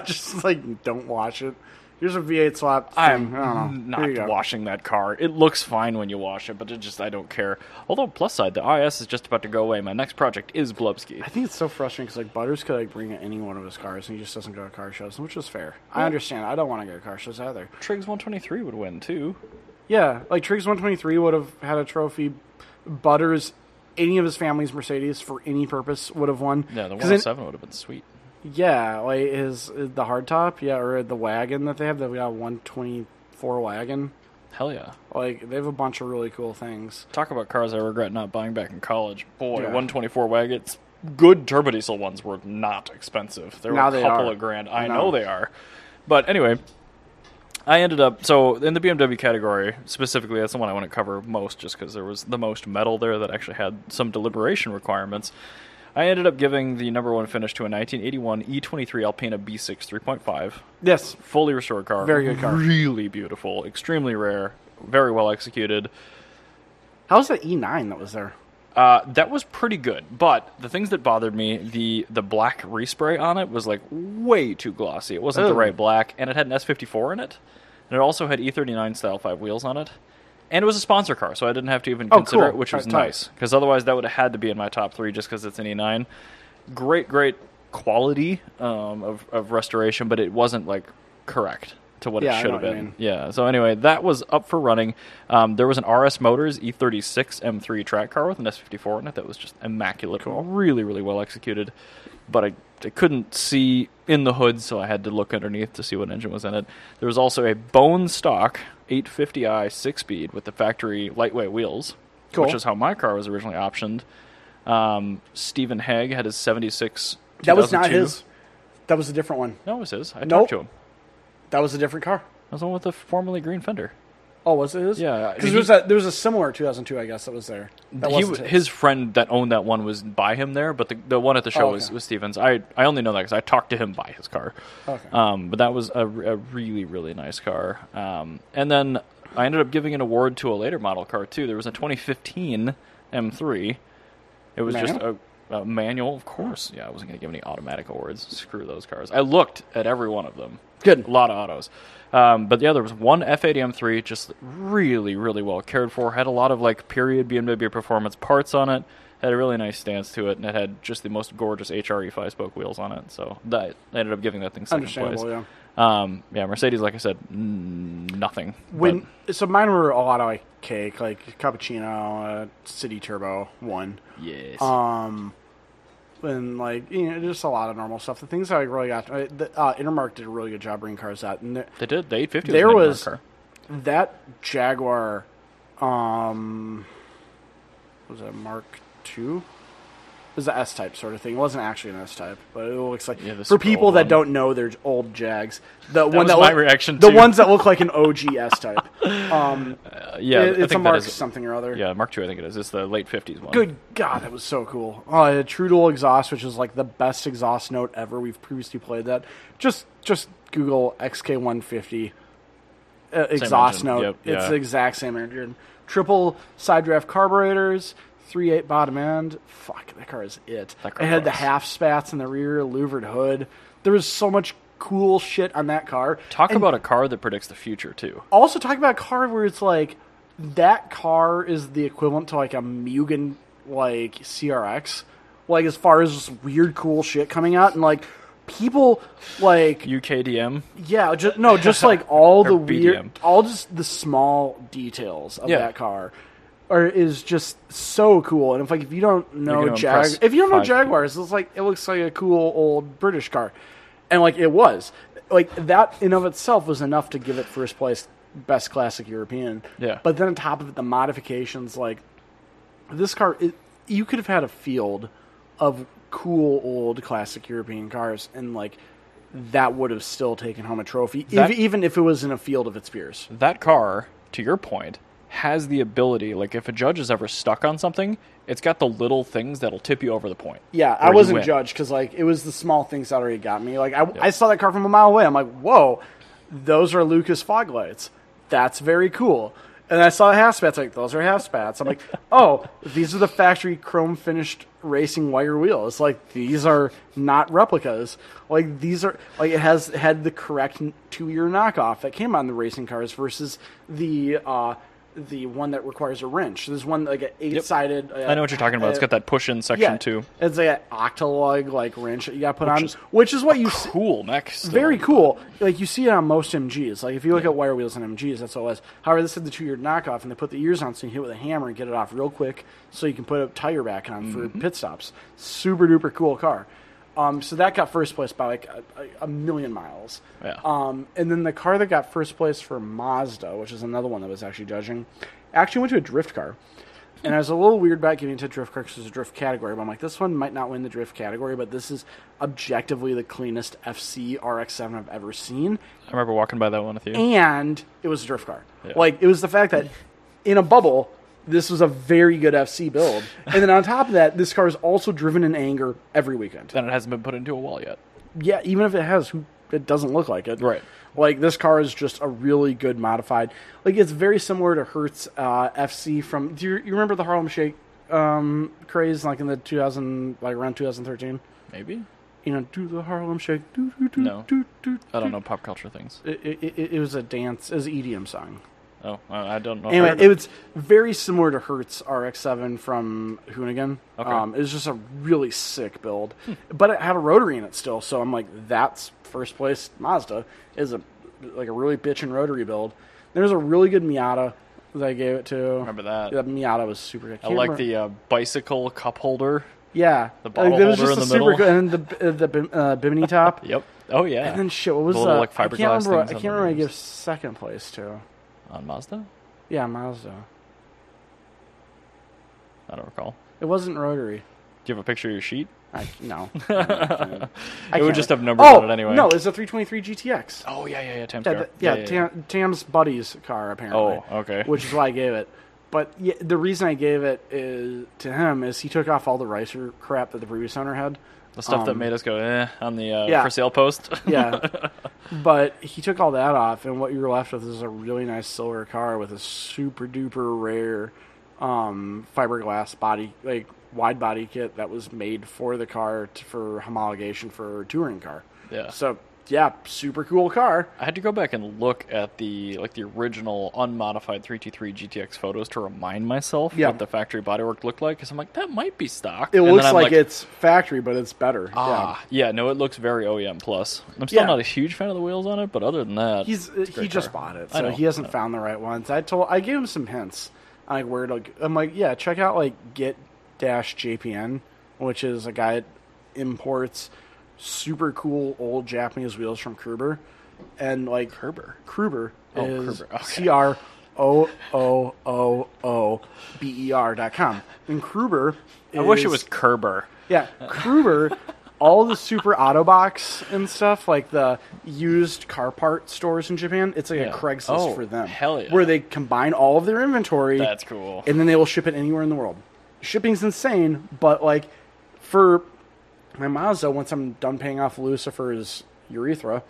S2: just like don't watch it. Here's a V8 swap.
S1: I'm
S2: thing. I don't know. Here you
S1: not
S2: go.
S1: washing that car. It looks fine when you wash it, but it just I don't care. Although plus side, the IS is just about to go away. My next project is Blubsky.
S2: I think it's so frustrating because like Butters could like bring any one of his cars and he just doesn't go to car shows, which is fair. I understand. I don't want to go to car shows either.
S1: Triggs 123 would win too.
S2: Yeah, like Triggs 123 would have had a trophy. Butters, any of his family's Mercedes for any purpose would have won.
S1: Yeah, the
S2: 'Cause then-
S1: 107 would have been sweet.
S2: Yeah, like his the hardtop, yeah, or the wagon that they have, the uh, 124 wagon.
S1: Hell yeah.
S2: Like they have a bunch of really cool things.
S1: Talk about cars I regret not buying back in college. Boy,
S2: Yeah.
S1: 124 wagons. Good turbodiesel ones were not expensive. They were
S2: Now
S1: a
S2: they
S1: couple
S2: are.
S1: of grand. I
S2: No.
S1: know they are. But anyway, I ended up so in the BMW category specifically. That's the one I want to cover most, just because there was the most metal there that actually had some deliberation requirements. I ended up giving the number one finish to a 1981 E23 Alpina B6 3.5
S2: Yes,
S1: fully restored car.
S2: Very good car.
S1: Really beautiful. Extremely rare. Very well executed.
S2: how's that E nine that was there?
S1: Uh, that was pretty good, but the things that bothered me the the black respray on it was like way too glossy. It wasn't the
S2: Ooh.
S1: right black, and it had an S54 in it, and it also had E39 style five wheels on it, and it was a sponsor car, so I didn't have to even
S2: Oh,
S1: consider
S2: cool.
S1: it, which
S2: All
S1: was
S2: right, tight.
S1: nice because otherwise that would have had to be in my top three just because it's an E9. Great, great quality um, of of restoration, but it wasn't like correct to what
S2: Yeah,
S1: it
S2: I
S1: should
S2: know
S1: have
S2: what you
S1: been.
S2: mean.
S1: Yeah. So anyway, that was up for running. Um, there was an RS Motors E E36 M3 track car with an S54 in it that was just immaculate, really, really well executed. But I, I couldn't see in the hood, so I had to look underneath to see what engine was in it. There was also a bone stock 850i six speed with the factory lightweight wheels,
S2: Cool.
S1: which is how my car was originally optioned. Um, Stephen Haig had his 76.
S2: That was not
S1: 2002.
S2: his. That was a different one.
S1: No, it was his. I
S2: Nope.
S1: talked to him.
S2: That was a different car.
S1: That was the one with the formerly green fender.
S2: Oh, was it his?
S1: Yeah, I mean,
S2: because
S1: he-
S2: there was a there was a similar 2002, I guess that was there. That
S1: he,
S2: wasn't
S1: his friend that owned that one was by him there, but the, the one at the show
S2: Oh,
S1: was,
S2: okay.
S1: was Stevens. I, I only know that because I talked to him by his car.
S2: Okay.
S1: Um, but that was a, r- a really, really nice car. Um, and then I ended up giving an award to a later model car, too. There was a 2015 M3. It was
S2: Manual?
S1: just a, a manual, of course. Yeah, I wasn't going to give any automatic awards. Screw those cars. I looked at every one of them.
S2: Good.
S1: A lot of autos. Um, but yeah, there was one F80M3, just really, really well cared for. Had a lot of like period BMW performance parts on it. Had a really nice stance to it, and it had just the most gorgeous HRE five spoke wheels on it. So that I ended up giving that thing second place.
S2: understandable. Yeah.
S1: Um, yeah, Mercedes, like I said, n- nothing.
S2: When so mine were all out of like cake, like cappuccino, uh, city turbo one,
S1: but- yes,
S2: um, and like you know just a lot of normal stuff. The things that I really got, uh, the, uh, Intermark did a really good job bringing cars out, and there,
S1: they did. The 850
S2: there
S1: was, an Intermark
S2: was-
S1: car.
S2: that Jaguar, um, was it a Mark II? It was an S type sort of thing. It wasn't actually an S type, but it looks like
S1: Yeah, this
S2: for
S1: is the
S2: people
S1: old
S2: that
S1: one.
S2: don't know, they're old Jags. The one
S1: was
S2: that
S1: my
S2: look-
S1: reaction,
S2: The
S1: too.
S2: ones that look like an OG S type. Um,
S1: Uh, [laughs] yeah,
S2: it-
S1: I
S2: it's a
S1: think that
S2: Mark
S1: is.
S2: something or other.
S1: Yeah, Mark II, I think it is. It's the late 50s one.
S2: Good God, that was so cool. Oh, it had true dual exhaust, which is like the best exhaust note ever. We've previously played that. Just just Google XK150 uh, exhaust
S1: engine.
S2: note.
S1: Yep,
S2: It's
S1: yeah.
S2: the exact same engine. Triple side draft carburetors, 3.8 bottom end. Fuck, that car is it.
S1: That car
S2: it had the
S1: rocks.
S2: half spats in the rear, louvered hood. There was so much cool shit on that car.
S1: Talk
S2: And
S1: about a car that predicts the future too.
S2: also talk about a car where it's like that car is the equivalent to like a Mugen like CRX, like as far as just weird cool shit coming out and like people like
S1: UKDM.
S2: yeah just no
S1: [laughs]
S2: just like all the
S1: Or
S2: weird
S1: BDM.
S2: all just the small details of
S1: Yeah.
S2: that car are is just so cool and if like if you don't know
S1: gonna
S2: Jag
S1: impress
S2: if you don't know
S1: five people.
S2: Jaguars it's like it looks like a cool old British car and like it was like that in of itself was enough to give it first place best classic European
S1: Yeah.
S2: but then on top of it the modifications like this car it, you could have had a field of cool old classic european cars and like that would have still taken home a trophy
S1: That-
S2: ev- even if it was in a field of its peers
S1: That car, to your point, has the ability. Like if a judge is ever stuck on something, it's got the little things that'll tip you over the point.
S2: yeah
S1: Where
S2: i
S1: you
S2: wasn't
S1: win.
S2: judged because like it was the small things that already got me like I, I saw that car from a mile away i'm like whoa those are lucas fog lights that's very cool and i saw half spats like those are half spats i'm like [laughs] oh these are the factory chrome finished racing wire wheels like these are not replicas like these are like it has had the correct two year knockoff that came on the racing cars versus the uh the one that requires a uh, wrench there's one like an eight sided
S1: I know what you're talking about. It's got that push-in section
S2: yeah,
S1: too.
S2: It's like an octalog like wrench that you got put on,
S1: is
S2: which is what you see.
S1: Cool mech. still.
S2: Very cool. Like you see it on most MGs. Like if you look at wire wheels on MGs, that's all it was. However, this had the two-year knockoff, and they put the ears on, so you hit with a hammer and get
S1: Mm-hmm.
S2: it off real quick, so you can put a tire back on for pit stops. Super duper cool car. Um, so that got first place by like a, a- a million miles.
S1: Yeah.
S2: Um, and then the car that got first place for Mazda, which is another one that was actually judging, actually went to a drift car. And I was a little weird about giving it to drift car because it's a drift category. But I'm like, this one might not win the drift category, but this is objectively the cleanest FC RX7 I've ever seen
S1: I remember walking by that one with you.
S2: and it was a drift car.
S1: Yeah.
S2: Like it was the fact that in a bubble, this was a very good FC build, and then on top of that, this car is also driven in anger every weekend.
S1: Then it hasn't been put into a wall yet.
S2: Yeah, even if it has, who it doesn't look like it,
S1: Right.
S2: Like this car is just a really good modified. Like it's very similar to Hertz uh, FC from. Do you, you remember the Harlem Shake um, craze like in the 2000 like around 2013?
S1: Maybe.
S2: You know, do the Harlem Shake. Do, do, do,
S1: No.
S2: do, do,
S1: I don't
S2: do.
S1: know pop culture things.
S2: It, it, it, it was a dance. It was an EDM song.
S1: Oh, I I don't know. if I
S2: Anyway,
S1: heard
S2: it
S1: of
S2: was very similar to Hertz RX-7 from Hoonigan.
S1: Okay. Hmm.
S2: Um, it was just a really sick build, but it had a rotary in it still. So I'm like, that's first place Mazda is a like a really bitchin' rotary build. There's a really good Miata that I gave it to.
S1: remember that.
S2: That Miata was super. good.
S1: I like the uh, bicycle cup holder.
S2: yeah,
S1: the bottle
S2: there was
S1: holder
S2: just
S1: in the
S2: a super good, and the uh, the bim- uh,
S1: [laughs]
S2: bimini top.
S1: Yep. Oh yeah.
S2: And then shit, what was
S1: The little,
S2: uh,
S1: like,
S2: I can't
S1: fiberglass
S2: remember. What,
S1: things
S2: I
S1: on
S2: can't
S1: the
S2: remember. What I
S1: rims.
S2: gave second place to.
S1: On Mazda?
S2: Yeah, Mazda.
S1: I don't recall.
S2: It wasn't rotary.
S1: Do you have a picture of your sheet?
S2: I, no.
S1: [laughs] it would
S2: can't
S1: just
S2: re-
S1: have numbers on it anyway.
S2: Oh, No, it's a 323 GTX.
S1: Oh yeah, yeah, yeah. Tam's
S2: yeah,
S1: car.
S2: the- yeah, Tam, Tam's buddy's car apparently.
S1: Oh, okay.
S2: Which is why I gave it. But yeah, the reason I gave it is to him is he took off all the ricer crap that the previous owner had.
S1: The stuff that
S2: um,
S1: made us go eh on the uh,
S2: yeah.
S1: for sale post. [laughs]
S2: Yeah, but he took all that off, and what you're left with is a really nice silver car with a super duper rare um, fiberglass body, like wide body kit that was made for the car t- for homologation for a touring car.
S1: yeah.
S2: So yeah, super cool car.
S1: I had to go back and look at the like the original unmodified 323 GTX photos to remind myself
S2: Yeah.
S1: what the factory bodywork looked like because I'm like that might be stock.
S2: It
S1: And then
S2: looks
S1: I'm
S2: like, it's factory, but it's better. yeah.
S1: Ah, yeah. no, it looks very OEM plus. I'm still
S2: Yeah.
S1: not a huge fan of the wheels on it, but other than that,
S2: He's uh,
S1: it's a
S2: he
S1: great
S2: just
S1: car.
S2: bought it,
S1: I
S2: so
S1: know,
S2: he hasn't found the right ones. I told I gave him some hints on like where to. g- I'm like, yeah, check out like get dash JPN, which is a guy that imports super cool old Japanese wheels from Kruber, and like
S1: Kerber.
S2: Kruber
S1: Oh,
S2: is
S1: Kruber, okay.
S2: C R O O O O B E R dot com, and Kruber. Is,
S1: I wish it was Kerber.
S2: Yeah, Kruger, all the super Autobox and stuff, like the used car part stores in Japan, it's like
S1: Yeah.
S2: a Craigslist
S1: Oh,
S2: for them.
S1: hell yeah.
S2: Where they combine all of their inventory.
S1: That's cool.
S2: And then they will ship it anywhere in the world. Shipping's insane, but like for my Mazda, once I'm done paying off Lucifer's urethra,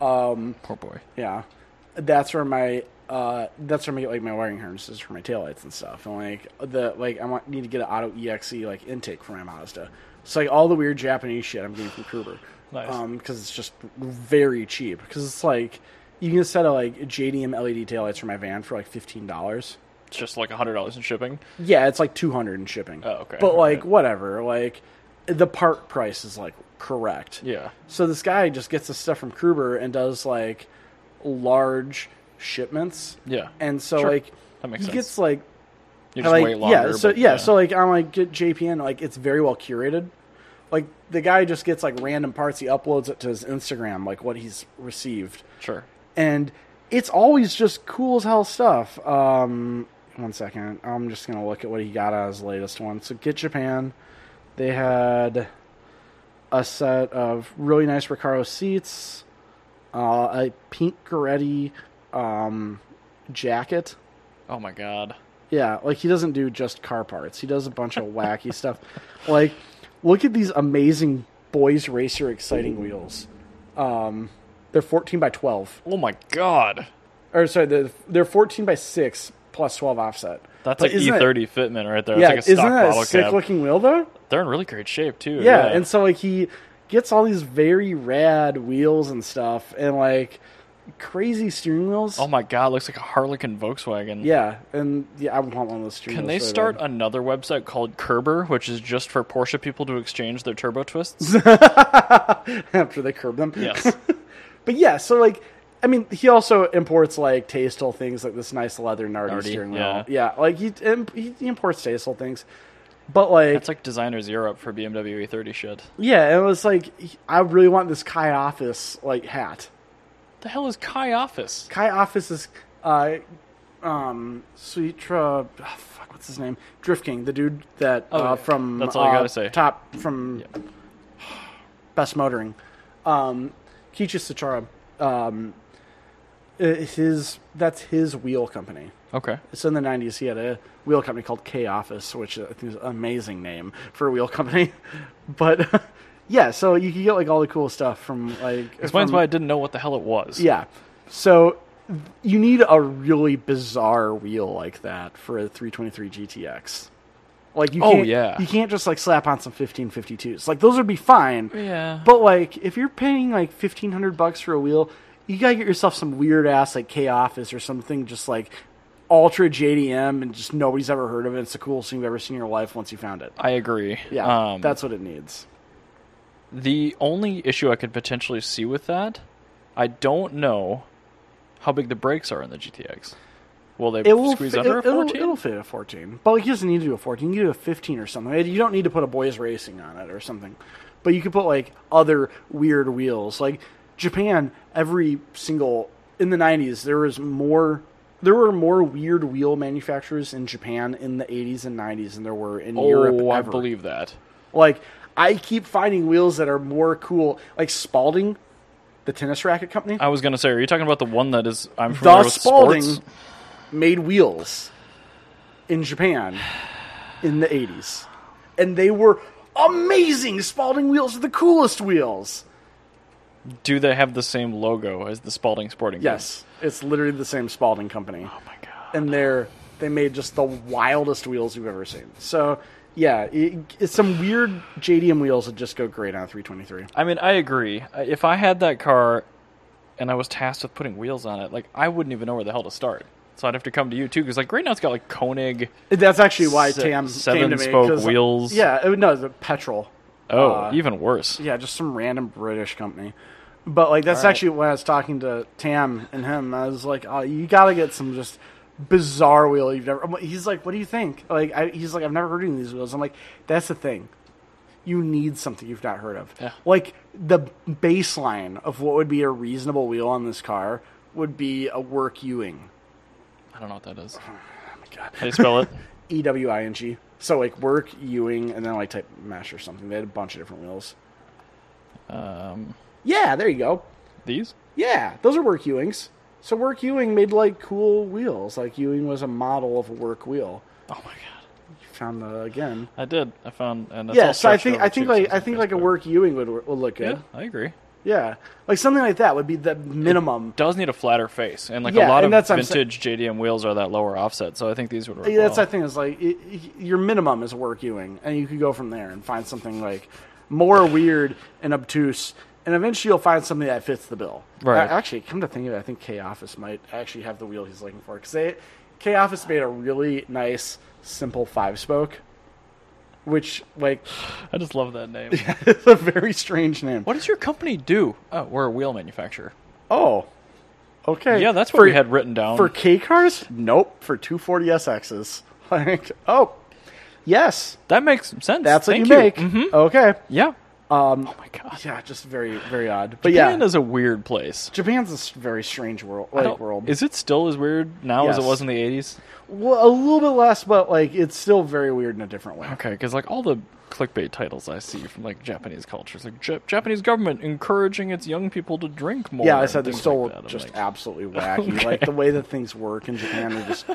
S2: um,
S1: Poor boy.
S2: yeah, that's where my uh, that's where I get like my wiring harnesses for my taillights and stuff, and like the like I want need to get an auto exe like intake for my Mazda. So like all the weird Japanese shit I'm getting from Kruger,
S1: Nice.
S2: because it's just very cheap. Because it's like you can set a like JDM LED E taillights for my van for like fifteen dollars.
S1: It's just like hundred dollars in shipping.
S2: Yeah, it's like two hundred in shipping.
S1: Oh, okay.
S2: But like
S1: Okay.
S2: whatever, like the part price is like correct.
S1: Yeah.
S2: So this guy just gets this stuff from Kruber and does like large shipments.
S1: Yeah.
S2: And so
S1: Sure.
S2: like
S1: That makes
S2: he
S1: sense.
S2: gets like
S1: You're just
S2: like
S1: way longer.
S2: yeah, so
S1: but,
S2: yeah, so like on like get JPN like it's very well curated. Like the guy just gets like random parts he uploads it to his Instagram like what he's received.
S1: sure.
S2: And it's always just cool as hell stuff. Um one second. I'm just going to look at what he got on his latest one. So Get Japan they had a set of really nice Recaro seats, uh, a pink Goretti um, jacket.
S1: Oh my god.
S2: Yeah, like he doesn't do just car parts. He does a bunch of wacky stuff. Like, look at these amazing boys racer exciting wheels. Um, they're fourteen by twelve,
S1: Oh my god.
S2: or sorry, they're, they're fourteen by six plus twelve offset.
S1: That's
S2: But
S1: like
S2: isn't it-
S1: E30 fitment right there.
S2: Yeah,
S1: That's like a
S2: isn't
S1: stock
S2: that
S1: bottle
S2: a sick
S1: cap.
S2: looking wheel though?
S1: They're in really great shape too.
S2: yeah, and so like he gets all these very rad wheels and stuff and like crazy steering wheels
S1: oh my god, looks like a Harlequin Volkswagen.
S2: yeah and yeah i want one of those steering
S1: Can they
S2: wheels really
S1: start
S2: bad.
S1: another website called Kerber, which is just for Porsche people to exchange their turbo
S2: [laughs]
S1: twists?
S2: after they curb them
S1: yes.
S2: but yeah so like i mean he also imports like tasteful things like this nice leather nardi,
S1: Nardi,
S2: steering
S1: yeah.
S2: wheel yeah like he, imp- he he imports tasteful things But like,
S1: That's like designers Europe for BMW E30 E shit.
S2: yeah, and it was like I really want this Kai Office like hat.
S1: The hell is Kai Office?
S2: Kai Office is uh, um, Suitra. ah, fuck, what's his name? Drift King, the dude that
S1: Oh,
S2: uh,
S1: yeah.
S2: from
S1: That's all you
S2: uh,
S1: gotta say.
S2: Top from Best Motoring. Um, Kichi Suchara. Um, i- his that's his wheel company.
S1: Okay.
S2: It's in the '90s. He had a wheel company called K Office, which I think is an amazing name for a wheel company. [laughs] But [laughs] yeah, so you can get like all the cool stuff from like
S1: Explains
S2: from-
S1: why I didn't know what the hell it was.
S2: yeah. So you need a really bizarre wheel like that for a 323 GTX. Like you
S1: Oh,
S2: can't,
S1: yeah.
S2: you can't just like slap on some 1552s. Like those would be fine.
S1: Yeah.
S2: But like if you're paying like 1500 bucks for a wheel, you got to get yourself some weird ass like K office or something just like ultra JDM and just nobody's ever heard of it. It's the coolest thing you've ever seen in your life once you found it.
S1: I agree.
S2: Yeah.
S1: Um,
S2: that's what it needs.
S1: The only issue I could potentially see with that, I don't know how big the brakes are in the GTX. Will they
S2: it will
S1: squeeze
S2: fit,
S1: under
S2: it,
S1: a
S2: will
S1: 14?
S2: it'll fit a 14. But like, he doesn't need to do a 14. You can do a 15 or something. You don't need to put a boys racing on it or something. But you could put like other weird wheels. Like Japan, every single in the 90s there was more there were more weird wheel manufacturers in Japan in the 80s and 90s than there were in
S1: oh,
S2: Europe ever.
S1: I believe that.
S2: Like I keep finding wheels that are more cool like Spalding, the tennis racket company.
S1: I was gonna say, are you talking about the one that is I'm familiar
S2: the
S1: with
S2: Spalding
S1: sports?
S2: made wheels in Japan in the 80s. And they were amazing. Spalding wheels are the coolest wheels.
S1: Do they have the same logo as the Spalding Sporting? Goods?
S2: Yes, it's literally the same Spalding company.
S1: Oh my god.
S2: And they're they made just the wildest wheels you've ever seen. So, yeah, it, it's some weird JDM wheels that just go great on a 323.
S1: I mean, I agree. Uh, If I had that car and I was tasked with putting wheels on it, like I wouldn't even know where the hell to start. So I'd have to come to you too, because like right now it's got like Koenig.
S2: That's actually why
S1: Se-
S2: Tam came to me.
S1: seven-spoke
S2: 'cause-
S1: wheels.
S2: Yeah, it- no, the petrol.
S1: Oh,
S2: Uh,
S1: even worse.
S2: Yeah, just some random British company. But like that's
S1: All right.
S2: actually when I was talking to Tam and him, I was like, oh, you gotta get some just bizarre wheel you've never. I'm like- He's like, what do you think? Like, I, he's like, I've never heard of any of these wheels. I'm like, that's the thing. You need something you've not heard of.
S1: Yeah.
S2: Like the baseline of what would be a reasonable wheel on this car would be a work Ewing.
S1: I don't know what that is.
S2: [sighs] Oh my god.
S1: How do you spell
S2: [laughs]
S1: it?
S2: E W I N G. So like work Ewing, and then like type mesh or something. They had a bunch of different wheels.
S1: um,
S2: Yeah, there you go.
S1: these?
S2: Yeah, those are work Ewings. So work Ewing made like cool wheels. Like Ewing was a model of a work wheel.
S1: Oh my god.
S2: You found the again.
S1: I did. I found. And that's
S2: yeah,
S1: all
S2: so I
S1: stretched
S2: think
S1: over
S2: I think
S1: too, so
S2: like
S1: it's
S2: I
S1: on
S2: think like a
S1: Facebook.
S2: work Ewing would, would look
S1: Yeah,
S2: good.
S1: I agree.
S2: Yeah. like something like that would be the minimum.
S1: Does need a flatter face, and like
S2: Yeah,
S1: a lot
S2: and
S1: of
S2: that's what I'm
S1: vintage JDM wheels are that lower offset. So I think these would work.
S2: Yeah, that's
S1: well.
S2: the thing is like it, it- your minimum is work Ewing, and you could go from there and find something like more weird and obtuse, and eventually you'll find something that fits the bill.
S1: Right.
S2: A- Actually, come to think of it, I think K Office might actually have the wheel he's looking for because they K Office made a really nice simple five spoke, which like [laughs]
S1: I just love that name.
S2: is a very strange name.
S1: What does your company do? Oh, we're a wheel manufacturer.
S2: Oh, okay.
S1: Yeah, that's what
S2: for,
S1: we had written down.
S2: for K cars. Nope, for 240SXs. [laughs] Like oh, yes.
S1: that makes sense.
S2: That's what
S1: Thank
S2: you, make.
S1: Mhm.
S2: Okay.
S1: Yeah. Um, oh my god.
S2: Yeah, just very very odd. But
S1: Japan
S2: yeah,
S1: is a weird place.
S2: Japan's a s- very strange world.
S1: I
S2: Like
S1: don't-
S2: world.
S1: Is it still as weird now as
S2: Yes.
S1: it was in the eighties?
S2: well, a little bit less, but like it's still very weird in a different way.
S1: Okay, because like all the clickbait titles I see from like Japanese cultures, like "Ja- Japanese government encouraging its young people to drink more.
S2: Yeah, I
S1: and
S2: said they're
S1: things
S2: still
S1: like that. I'm
S2: just
S1: like,
S2: absolutely
S1: [laughs]
S2: wacky. Like the way that things work in Japan, it just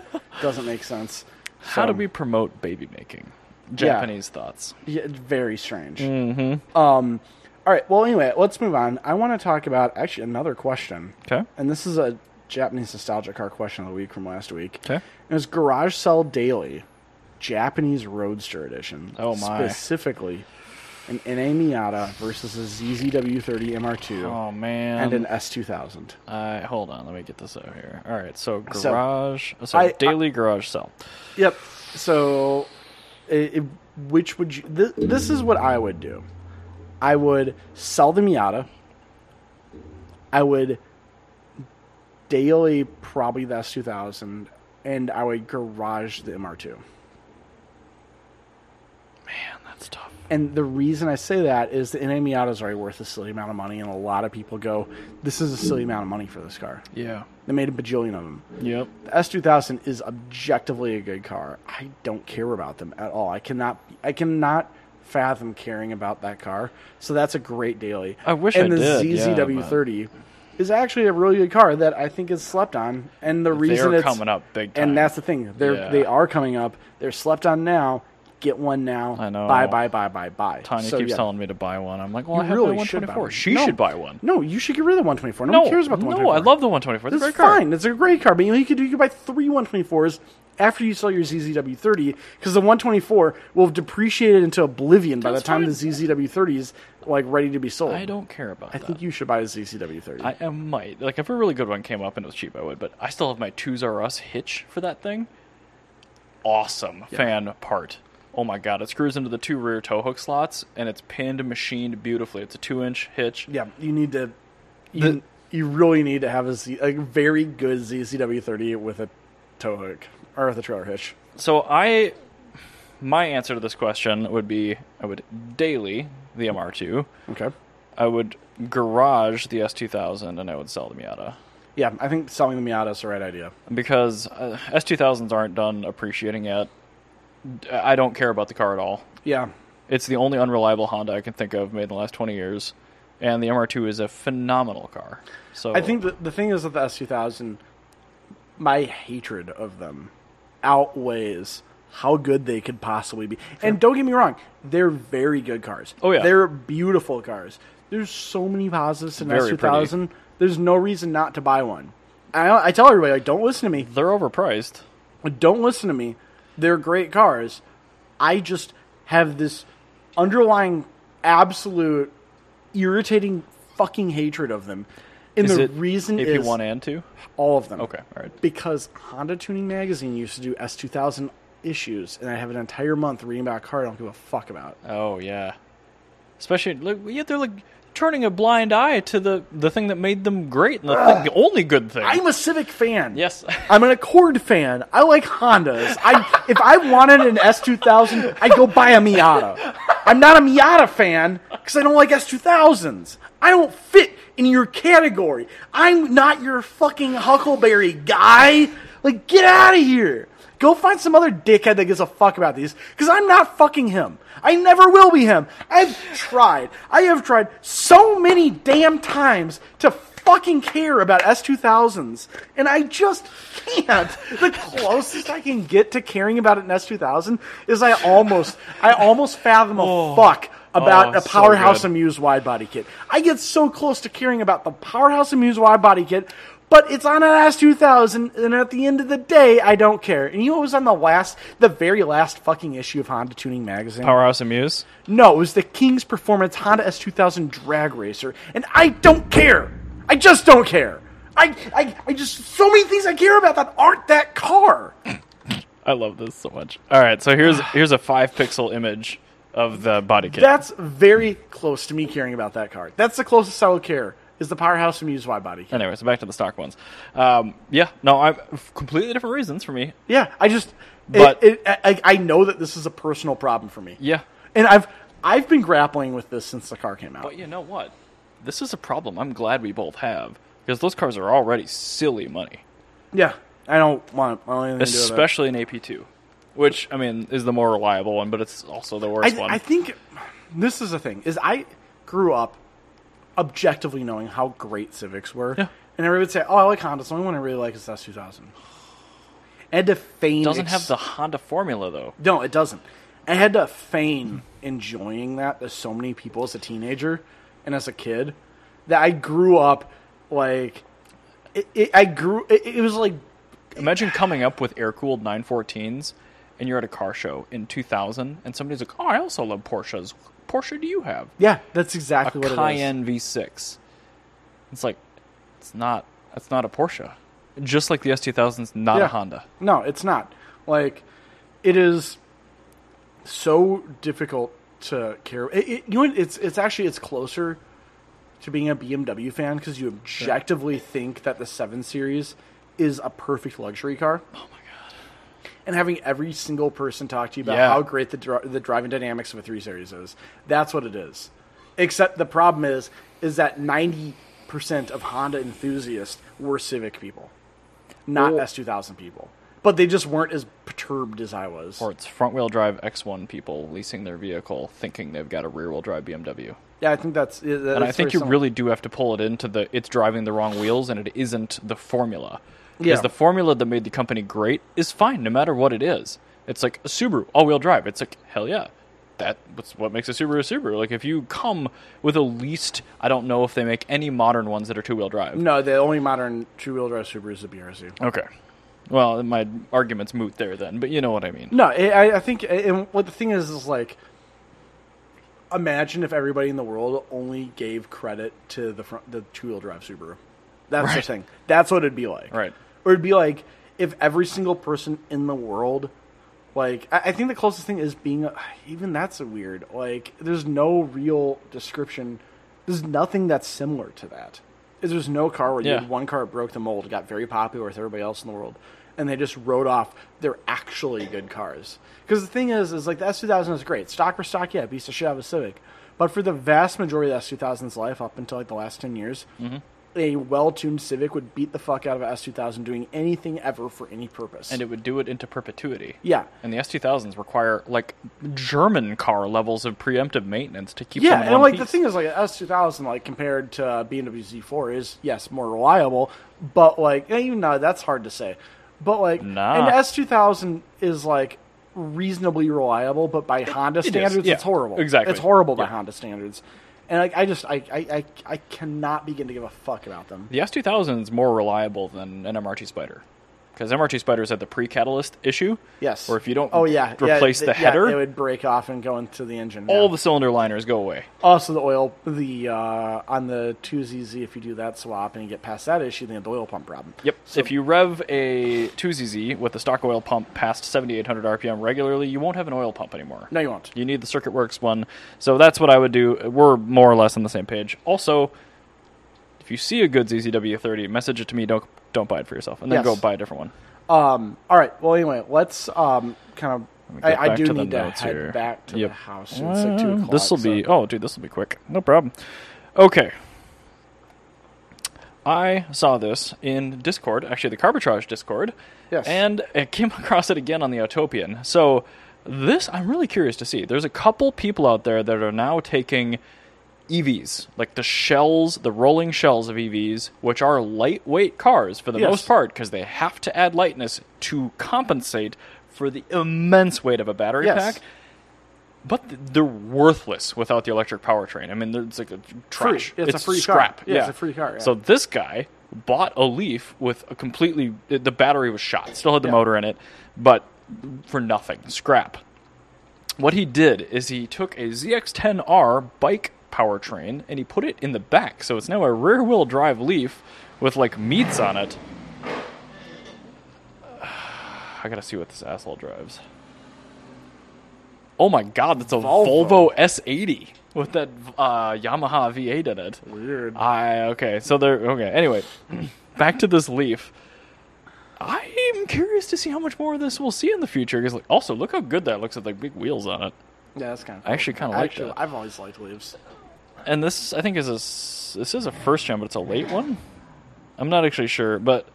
S2: doesn't make sense.
S1: how do
S2: So,
S1: we promote baby making? Japanese thoughts.
S2: Yeah, it's very strange. Mm-hmm. Um. All right. Well, anyway, let's move on. I want to talk about actually another question.
S1: Okay.
S2: And this is a Japanese nostalgia car question of the week from last week.
S1: Okay.
S2: It was Garage Sale Daily, Japanese Roadster Edition.
S1: Oh, my.
S2: Specifically, an NA Miata versus a ZZW30 MR2
S1: Oh man.
S2: and an S2000.
S1: I- hold on, let me get this out here. All right, so
S2: So-
S1: garage, uh, so,
S2: I-
S1: daily garage sale.
S2: Yep. So, it, it- which would you? Th- this is what I would do. I would sell the Miata. I would daily probably the S2000, and I would garage the MR2.
S1: Man, that's tough.
S2: And the reason I say that is the NA Miata is already worth a silly amount of money, and a lot of people go, "This is a silly amount of money for this car."
S1: Yeah.
S2: They made a bajillion of them.
S1: Yep.
S2: The S2000 is objectively a good car. I don't care about them at all. I cannot I cannot fathom caring about that car. So that's a great daily.
S1: I wish
S2: and
S1: I did,
S2: the
S1: yeah,
S2: ZZW30 is actually a really good car that I think is slept on. And the reason
S1: They're
S2: it's
S1: coming up big time.
S2: and that's the thing. They're
S1: Yeah.
S2: they are coming up. They're slept on now. Get one now.
S1: I know.
S2: Bye bye bye bye bye.
S1: Tanya
S2: So,
S1: keeps
S2: yeah.
S1: telling me to buy one. I'm like, well,
S2: You
S1: I have
S2: really
S1: my
S2: should buy
S1: 124.
S2: one.
S1: She
S2: No.
S1: should buy one.
S2: No, you should get rid of the 124. No, one cares about the
S1: no,
S2: 124.
S1: I love the 124. It's a
S2: It's
S1: great car.
S2: fine. It's a great car, but you could do you could buy three 124s after you sell your ZZW30 because the 124 will have depreciated into oblivion by
S1: That's
S2: the time
S1: fine.
S2: the ZZW30 is like ready to be sold.
S1: I don't care about
S2: I
S1: that.
S2: think you should buy a ZZW30.
S1: I, I might. Like, if a really good one came up and it was cheap, I would. But I still have my 2s R Us hitch for that thing. Awesome fan part. Oh my god, it screws into the two rear tow hook slots and it's pinned machined beautifully. It's a two inch hitch.
S2: yeah, you need to. You, you really need to have a, Z, a very good ZZW30 with a tow hook or with a trailer hitch.
S1: So I my answer to this question would be I would daily the MR2.
S2: Okay.
S1: I would garage the S2000 and I would sell the Miata.
S2: Yeah, I think selling the Miata is the right idea.
S1: because uh, S2000s aren't done appreciating yet. D- I don't care about the car at all.
S2: Yeah,
S1: It's the only unreliable Honda I can think of made in the last 20 years, and the MR2 is a phenomenal car. So
S2: I think the, the thing is with the S2000, my hatred of them outweighs how good they could possibly be. And don't get me wrong, they're very good cars.
S1: Oh, yeah.
S2: They're beautiful cars. There's so many positives to an
S1: Very
S2: S2000. There's no reason not to buy one. I, I tell everybody, like, don't listen to me.
S1: they're overpriced.
S2: Don't listen to me. They're great cars. I just have this underlying absolute irritating fucking hatred of them. And
S1: Is
S2: the
S1: it
S2: reason
S1: AP1
S2: is
S1: and 2?
S2: all of them.
S1: Okay, all right.
S2: Because Honda Tuning Magazine used to do S2000 issues, and I have an entire month reading about a car I don't give a fuck about.
S1: Oh, yeah. Especially, look, yeah, they're like turning a blind eye to the, the thing that made them great and the, thing, the only good thing.
S2: I'm a Civic fan.
S1: yes.
S2: [laughs] I'm an Accord fan. I like Hondas. I if I wanted an S2000, I'd go buy a Miata. I'm not a Miata fan because I don't like S2000s. I don't fit in your category. I'm not your fucking Huckleberry guy. Like, get out of here. Go find some other dickhead that gives a fuck about these because I'm not fucking him. I never will be him. I've tried. I have tried so many damn times to fucking care about S2000s, and I just can't. The closest I can get to caring about an S2000 is I almost, I almost fathom a fuck about
S1: Oh,
S2: a
S1: so
S2: powerhouse
S1: good.
S2: amused wide body kit. I get so close to caring about the powerhouse amused wide body kit, but it's on an S2000, and at the end of the day, I don't care. And you know what was on the last, the very last fucking issue of Honda Tuning Magazine?
S1: Powerhouse Amuse?
S2: No, it was the King's Performance Honda S2000 Drag Racer, and I don't care. I just don't care. I, I, I just so many things I care about that aren't that car.
S1: I love this so much. All right, so
S2: [sighs]
S1: here's here's a five pixel image of the body kit.
S2: That's very close to me caring about that car. That's the closest I will care is the powerhouse amused wide body. kit.
S1: Anyway, so back to the stock ones. Um, yeah, no, I'm completely different reasons for me.
S2: Yeah, I just,
S1: But-
S2: but it, I, I- I know that this is a personal problem for me.
S1: Yeah,
S2: and I've I've been grappling with this since the car came out.
S1: but you know what? This is a problem. I'm glad we both have because those cars are already silly money,
S2: Yeah, I don't want. I don't want anything to do with it.
S1: especially an AP two, which I mean is the more reliable one, but it's also the worst
S2: I,
S1: one.
S2: I think this is the thing is I grew up objectively knowing how great Civics were,
S1: Yeah.
S2: and everybody would say, "Oh, I like Hondas. The only one I really like is the S2000." I had to feign.
S1: it doesn't
S2: ex-
S1: have the Honda formula though.
S2: No, it doesn't. I had to feign enjoying that to so many people as a teenager and as a kid that I grew up like it, it, I grew. It, it was like
S1: Imagine coming up with air cooled 914s, and you're at a car show in 2000, and somebody's like, "Oh, I also love Porsches. Porsche, do you have?"
S2: yeah, that's exactly what it is.
S1: Cayenne V6. It's like it's not it's not a Porsche. Just like the S2000's not
S2: Yeah.
S1: a Honda.
S2: No, it's not. Like, it is so difficult to care. It, it- you know, what? it's it's actually it's closer to being a BMW fan because you objectively think that the Seven Series is a perfect luxury car. Oh my god! and having every single person talk to you about
S1: Yeah.
S2: how great the dri- the driving dynamics of a three series is. That's what it is. Except the problem is is that ninety percent of Honda enthusiasts were Civic people, not
S1: Well-
S2: S two thousand people. But they just weren't as perturbed as I was.
S1: Or it's front wheel drive X1 people leasing their vehicle thinking they've got a rear wheel drive BMW.
S2: yeah, I think that's. yeah,
S1: And I
S2: that's
S1: think
S2: very
S1: you
S2: similar.
S1: really do have to pull it into the it's driving the wrong wheels and it isn't the formula.
S2: Yeah.
S1: Because the formula that made the company great is fine no matter what it is. It's like a Subaru all wheel drive. It's like, hell yeah. That- That's what makes a Subaru a Subaru. Like if you come with a least I don't know if they make any modern ones that are two wheel drive.
S2: No, the only modern two wheel drive Subaru is the BRZ.
S1: Okay. Well, my argument's moot there then, but you know what I mean.
S2: No, I, I- I think, and what the thing is is like, imagine if everybody in the world only gave credit to the front, the two wheel drive Subaru. That's the
S1: Right.
S2: thing. That's what it'd be like.
S1: Right.
S2: Or it'd be like if every single person in the world, like, I, I think the closest thing is being a, [sighs] even that's a weird. Like, there's no real description. There's nothing that's similar to that. Is there's no car where you
S1: Yeah.
S2: had one car broke the mold, got very popular with everybody else in the world, and they just wrote off their actually good cars. Because the thing is, is like the S2000 is great. Stock for stock, yeah, it beats the shit out of a Civic. But for the vast majority of the S2000's life, up until like the last 10 years,
S1: Mm-hmm.
S2: a well tuned Civic would beat the fuck out of an S2000 doing anything ever for any purpose.
S1: And it would do it into perpetuity.
S2: yeah.
S1: And the S2000s require like German car levels of preemptive maintenance to keep
S2: Yeah,
S1: them in
S2: and
S1: one
S2: like the
S1: piece.
S2: thing is, like an S two thousand, like compared to uh, BMW Z four, is yes more reliable, but like and even now that's hard to say. But like
S1: Nah.
S2: an S two thousand is like reasonably reliable, but by Honda
S1: is,
S2: standards,
S1: yeah,
S2: it's horrible.
S1: exactly.
S2: it's horrible by
S1: Yeah.
S2: Honda standards, and like I just I, I I I cannot begin to give a fuck about them.
S1: The S2000 is more reliable than an MRT Spider. Because MRT Spiders had the pre-catalyst issue.
S2: Yes,
S1: Or if you don't
S2: oh yeah
S1: replace
S2: yeah,
S1: the
S2: th- yeah,
S1: header,
S2: it would break off and go into the engine.
S1: all
S2: yeah.
S1: the cylinder liners go away.
S2: also the oil the uh, on the two ZZ. If you do that swap and you get past that issue, then you have the oil pump problem.
S1: Yep.
S2: So-
S1: if you rev a 2ZZ with the stock oil pump past 7,800 RPM regularly, you won't have an oil pump anymore.
S2: No, you won't.
S1: You need the Circuit Works one. So that's what I would do. We're more or less on the same page. Also, if you see a good ZZW30, message it to me. Don't don't buy it for yourself, and then
S2: Yes.
S1: go buy a different one.
S2: Um, all right. Well, anyway, let's um, kind of.
S1: me
S2: I,
S1: get
S2: I
S1: back
S2: do
S1: to the
S2: need to
S1: notes
S2: head
S1: here.
S2: back to
S1: Yep.
S2: the house. It's like two o'clock.
S1: Uh, This will
S2: so-
S1: be oh, dude, this will be quick. No problem. Okay. I saw this in Discord, actually the Carbitrage Discord,
S2: Yes.
S1: and I came [laughs] across it again on the Utopian. So this I'm really curious to see. There's a couple people out there that are now taking EVs, like the shells, the rolling shells of EVs, which are lightweight cars for the
S2: Yes.
S1: most part, because they have to add lightness to compensate for the immense weight of a battery
S2: Yes.
S1: pack. But th- they're worthless without the electric powertrain. I mean, they're- it's like a trash.
S2: It's a free car.
S1: scrap.
S2: Yeah, it's a free car, yeah.
S1: So this guy bought a Leaf with a completely the- the battery was shot, still had the
S2: Yeah.
S1: motor in it, but for nothing, scrap. What he did is he took a ZX10R bike powertrain and he put it in the back, so it's now a rear-wheel drive Leaf with like meats on it. I gotta see what this asshole drives. Oh my god, that's a
S2: Volvo.
S1: Volvo, S80 with that uh, Yamaha V8 in it.
S2: Weird.
S1: I okay, so they're okay. Anyway, [clears throat] back to this Leaf. I am curious to see how much more of this we'll see in the future. Because like, also look how good that looks with like big wheels on it.
S2: yeah, that's kind of.
S1: I actually kinda like
S2: Actually,
S1: that.
S2: I've always liked leaves.
S1: And this I think is a s- this is a first gen, but it's a late one. I'm not actually sure, but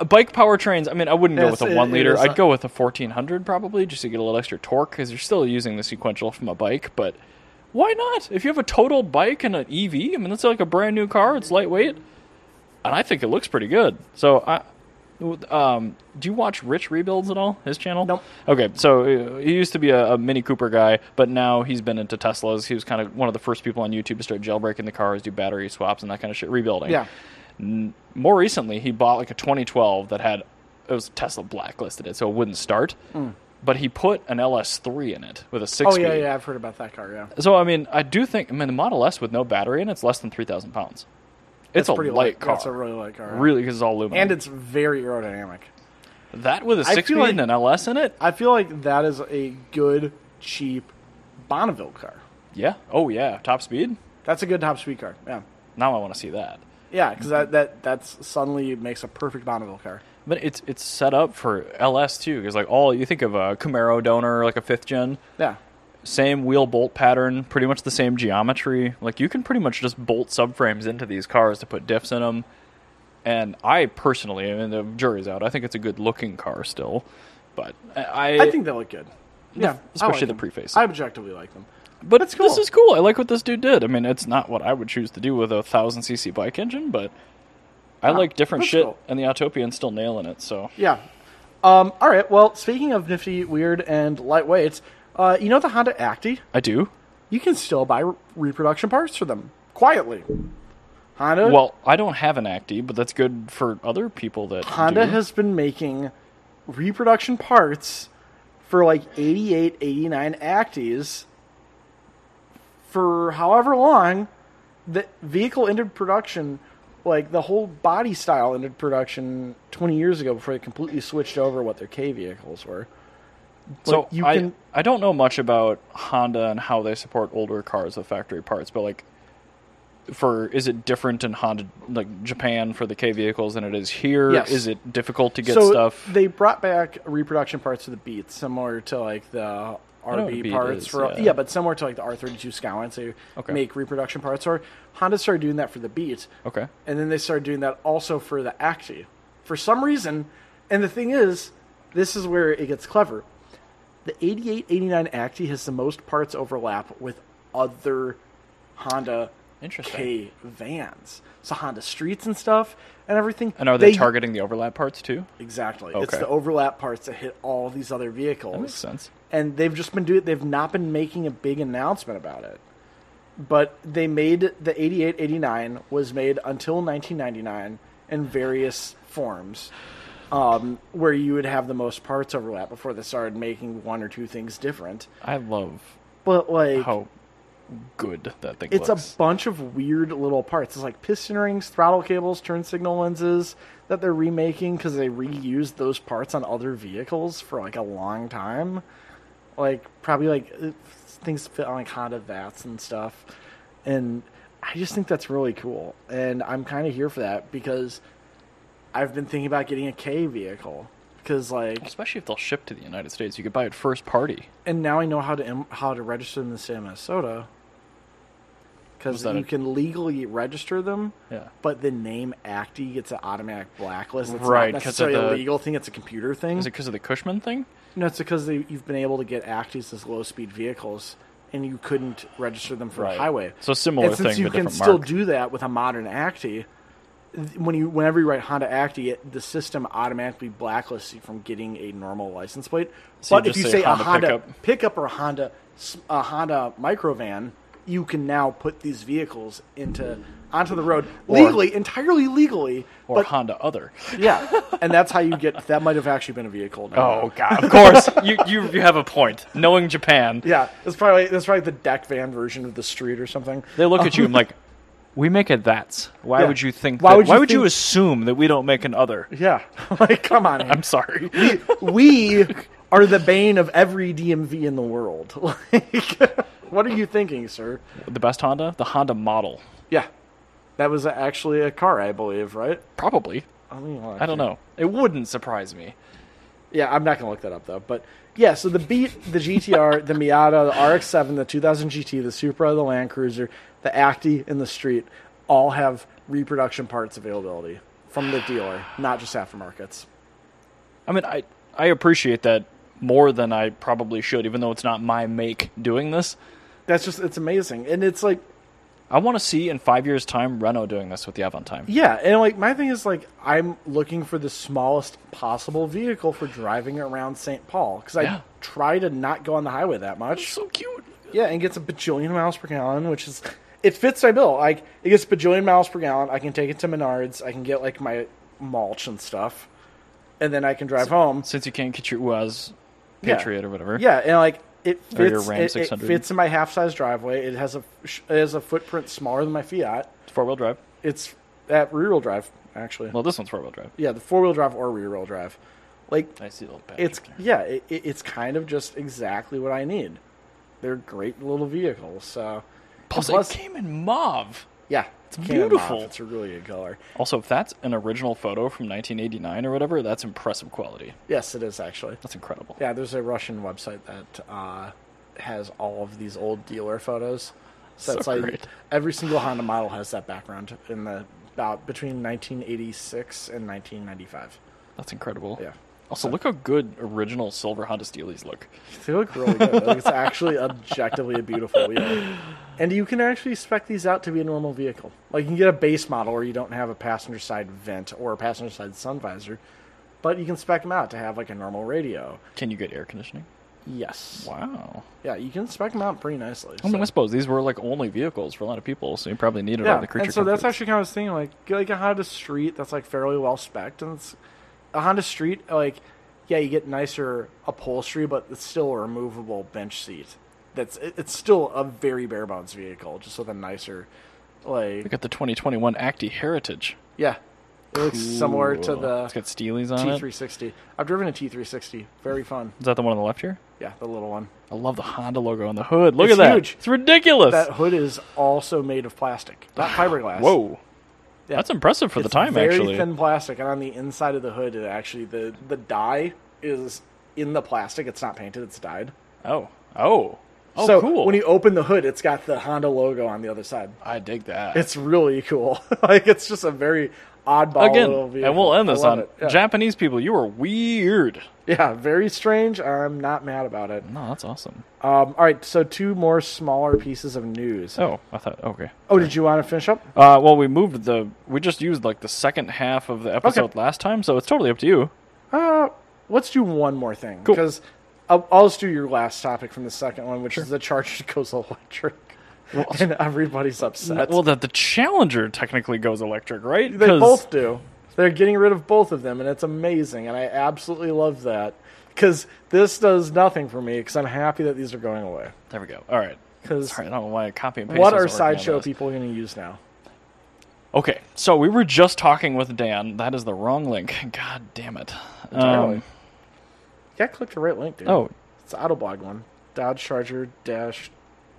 S1: uh, bike powertrains. I mean, I wouldn't go
S2: Yes,
S1: with a
S2: it-
S1: one
S2: it
S1: liter.
S2: is
S1: I'd
S2: a-
S1: go with a 1400 probably, just to get a little extra torque because you're still using the sequential from a bike. But why not? If you have a total bike and an EV, I mean, that's like a brand new car. It's lightweight, and I think it looks pretty good. So I. Um, do you watch Rich Rebuilds at all? His channel?
S2: Nope.
S1: Okay, so uh, he used to be a, a Mini Cooper guy, but now he's been into Teslas. He was kind of one of the first people on YouTube to start jailbreaking the cars, do battery swaps and that kind of shit, rebuilding.
S2: Yeah.
S1: N- more recently, he bought like a 2012 that had it was Tesla blacklisted it, so it wouldn't start. But he put an LS3 in it with a six.
S2: Mm. Oh yeah,
S1: speed.
S2: yeah. I've heard about that car. Yeah.
S1: So I mean, I do think I mean the Model S with no battery and it's less than three thousand pounds. It's a
S2: That's pretty
S1: light, car,
S2: That's a really light car. yeah.
S1: really because it's all aluminum.
S2: And it's very aerodynamic.
S1: that with a
S2: feel
S1: six speed
S2: like-
S1: and an LS in it.
S2: I feel like that is a good, cheap Bonneville car.
S1: Yeah. Oh yeah. Top speed.
S2: That's a good top speed car. Yeah.
S1: Now I want to see that.
S2: Yeah, because that, that that's suddenly makes a perfect Bonneville car.
S1: But it's it's set up for LS too, because like all you think of a Camaro donor, like a fifth gen,
S2: Yeah.
S1: same wheel bolt pattern, pretty much the same geometry. Like you can pretty much just bolt subframes into these cars to put diffs in them. And I personally, I mean, the jury's out. I think it's a good looking car still, but I,
S2: I think they look good. Yeah, I
S1: especially the
S2: them.
S1: preface.
S2: I objectively like them.
S1: but
S2: that's
S1: this
S2: cool.
S1: is cool. I like what this dude did. I mean, it's not what I would choose to do with a thousand cc bike engine, but I like different
S2: that's
S1: shit,
S2: cool.
S1: and the Autopian's still nailing it. So
S2: Yeah. Um, all right. Well, speaking of nifty, weird, and lightweights, uh, you know the Honda Acti?
S1: I do.
S2: You can still buy re- reproduction parts for them quietly. Honda.
S1: Well, I don't have an Acti, but that's good for other people that
S2: Honda
S1: do.
S2: has been making reproduction parts for like 88, 89 Actis for however long the vehicle ended production, like the whole body style ended production 20 years ago before they completely switched over what their K vehicles were.
S1: So
S2: Like, you
S1: I,
S2: can-
S1: I don't know much about Honda and how they support older cars with factory parts, but like for is it different in Honda like Japan for the K vehicles than it is here?
S2: Yes.
S1: Is it difficult to get
S2: so
S1: stuff?
S2: they brought back reproduction parts for the Beat, similar to like the
S1: know what a
S2: RB
S1: Beat
S2: parts
S1: is,
S2: for
S1: yeah.
S2: yeah. but similar to like the R32 Skylines, they
S1: Okay.
S2: make reproduction parts. Or Honda started doing that for the Beat,
S1: okay.
S2: and then they started doing that also for the Acti. For some reason, and the thing is, this is where it gets clever. The 88 89 Acti has the most parts overlap with other Honda
S1: Interesting.
S2: K vans. So Honda Streets and stuff and everything.
S1: And are they,
S2: targeting?
S1: targeting the overlap parts too?
S2: Exactly. It's
S1: Okay.
S2: the overlap parts that hit all these other vehicles.
S1: Makes sense.
S2: And they've just been doing they've not been making a big announcement about it. But they made the 88 89 was made until 1999 in various forms. Um, where you would have the most parts overlap before they started making one or two things different.
S1: I love
S2: But like
S1: how good that thing
S2: it's
S1: looks.
S2: a bunch of weird little parts. It's like piston rings, throttle cables, turn signal lenses that they're remaking because they reused those parts on other vehicles for like a long time. Like probably like uh, things fit on like Honda Vats and stuff, and I just think that's really cool. And I'm kind of here for that because I've been thinking about getting a K vehicle because like,
S1: Especially if they'll ship to the United States, you could buy it first party.
S2: and now I know how to im- how to register them in the state of Minnesota. Because
S1: Was that
S2: you
S1: a-
S2: can legally register them,
S1: Yeah.
S2: but the name Acti gets an automatic blacklist. It's
S1: Right, 'cause
S2: not
S1: of
S2: necessarily
S1: the-
S2: a legal thing; it's a computer thing.
S1: Is it because of the Cushman thing?
S2: No, it's because they, you've been able to get Actis as low-speed vehicles, and you couldn't register them for
S1: Right.
S2: a highway.
S1: So similar
S2: and since
S1: thing,
S2: you
S1: but
S2: can
S1: different
S2: still
S1: mark.
S2: do that with a modern Acti, th- when you whenever you write Honda Acti, it, the system automatically blacklists you from getting a normal license plate.
S1: So you
S2: but if
S1: just
S2: you
S1: say
S2: say
S1: Honda
S2: a Honda
S1: pickup.
S2: pickup. or a Honda s- a Honda microvan, you can now put these vehicles into onto the road legally, entirely legally.
S1: Or
S2: but
S1: Honda other.
S2: yeah, and that's how you get that might have actually been a vehicle. Now.
S1: [laughs] Oh god, of course. you, you you have a point. Knowing Japan,
S2: Yeah, it's probably that's probably the deck van version of the street or something.
S1: they look at you and like, we make a that's. Why
S2: Yeah.
S1: would you think?
S2: Why
S1: that-
S2: would you
S1: why would you
S2: think-
S1: assume that we don't make an other?
S2: Yeah, [laughs] like come on,
S1: I'm sorry.
S2: we are the bane of every DMV in the world. [laughs] Like, what are you thinking, sir?
S1: the best Honda, the Honda model,
S2: Yeah, that was actually a car, I believe, right?
S1: probably.
S2: I, mean, well,
S1: I don't know. It wouldn't surprise me.
S2: Yeah, I'm not gonna look that up though. But yeah, so the Beat, the GTR, the Miata, the RX-7, the 2000 GT, the Supra, the Land Cruiser, the Acti, and the Street all have reproduction parts availability from the dealer, not just aftermarkets.
S1: I mean, I I appreciate that more than I probably should, even though it's not my make doing this.
S2: That's just it's amazing, and it's like
S1: I want to see in five years' time Renault doing this with the Aventime.
S2: yeah, and like my thing is like I'm looking for the smallest possible vehicle for driving around St. Paul because I
S1: Yeah.
S2: try to not go on the highway that much.
S1: So cute.
S2: Yeah, and gets a bajillion miles per gallon, which is it fits my bill. Like it gets a bajillion miles per gallon. I can take it to Menards. I can get like my mulch and stuff, and then I can drive home.
S1: Since you can't get your UAZ
S2: Yeah.
S1: Patriot or whatever.
S2: Yeah, and like it
S1: Or your
S2: fits.
S1: Ram
S2: It, it
S1: 600.
S2: fits in my half size driveway. It has a it has a footprint smaller than my Fiat.
S1: Four wheel drive.
S2: It's at rear wheel drive actually.
S1: Well, this one's four wheel drive.
S2: yeah, the four wheel drive or rear wheel drive. Like
S1: I see the little patch
S2: it's
S1: up there.
S2: yeah, it, it, it's kind of just exactly what I need. They're great little vehicles. So
S1: Plus,
S2: Plus-
S1: it came in mauve.
S2: yeah,
S1: It's
S2: Can't knock.
S1: beautiful.
S2: It's a really good color.
S1: Also, if that's an original photo from 1989 or whatever, that's impressive quality.
S2: Yes, it is actually.
S1: That's incredible.
S2: Yeah, there's a Russian website that uh, has all of these old dealer photos. So,
S1: So
S2: it's like
S1: great.
S2: every single Honda model has that background in the about between 1986 and 1995.
S1: That's incredible.
S2: Yeah.
S1: Also, look how good original silver Honda Steelies look.
S2: They look really good. Like, it's actually objectively a beautiful wheel. And you can actually spec these out to be a normal vehicle. Like you can get a base model where you don't have a passenger side vent or a passenger side sun visor, but you can spec them out to have like a normal radio.
S1: Can you get air conditioning?
S2: Yes.
S1: Wow.
S2: Yeah, you can spec them out pretty nicely.
S1: I mean,
S2: so-
S1: I suppose these were like only vehicles for a lot of people, so you probably needed all
S2: yeah,
S1: the creature.
S2: and so that's
S1: comforts.
S2: actually kind of thing. Like, get, like a Honda Street that's like fairly well spec'd, and it's a Honda Street. Like, yeah, you get nicer upholstery, but it's still a removable bench seat. That's it, it's still a very bare bones vehicle, just with a nicer, like
S1: Look at the 2021 Acti Heritage.
S2: yeah, it looks similar to
S1: Cool. It's
S2: the
S1: got Steelies on it. Is
S2: T360. I've driven a T360, very fun.
S1: that the one on the left here?
S2: Yeah, the little one.
S1: I love the Honda logo on the hood. Look
S2: It's
S1: at that.
S2: huge.
S1: It's ridiculous.
S2: That hood is also made of plastic, not fiberglass.
S1: Whoa.
S2: Yeah.
S1: That's impressive for the
S2: It's
S1: time,
S2: very
S1: actually.
S2: thin plastic, and on the inside of the hood, it actually the the dye is in the plastic. It's not painted; it's dyed.
S1: Oh. Oh. Oh,
S2: so
S1: cool.
S2: when you open the hood, it's got the Honda logo on the other side.
S1: I dig that.
S2: It's really cool. [laughs] like it's just a very oddball
S1: Again,
S2: little vehicle.
S1: and we'll end
S2: I
S1: this
S2: love
S1: on
S2: it. yeah.
S1: Japanese people. You are weird.
S2: yeah, very strange. I'm not mad about it.
S1: No, that's awesome.
S2: Um, all right, so two more smaller pieces of news.
S1: Oh, I thought okay.
S2: Oh, did you want to finish up?
S1: Uh, well, we moved the. We just used like the second half of the episode last time, so it's totally up to you.
S2: Uh, let's do one more thing
S1: Cool.
S2: because I'll, I'll just do your last topic from the second one, which is the Charger [laughs] goes electric, and everybody's upset.
S1: well, that the Challenger technically goes electric, right?
S2: they
S1: 'Cause-
S2: both do. They're getting rid of both of them, and it's amazing, and I absolutely love that because this does nothing for me because I'm happy that these are going away.
S1: There we go. All right.
S2: Because
S1: All right. I don't know why I copy and paste.
S2: what are
S1: wasn't working on
S2: sideshow
S1: this.
S2: people going to use now?
S1: Okay, so we were just talking with Dan. That is the wrong link. God damn it.
S2: Entirely.
S1: Um,
S2: yeah, click the right link, dude.
S1: oh,
S2: It's the Autoblog one. Dodge Charger dash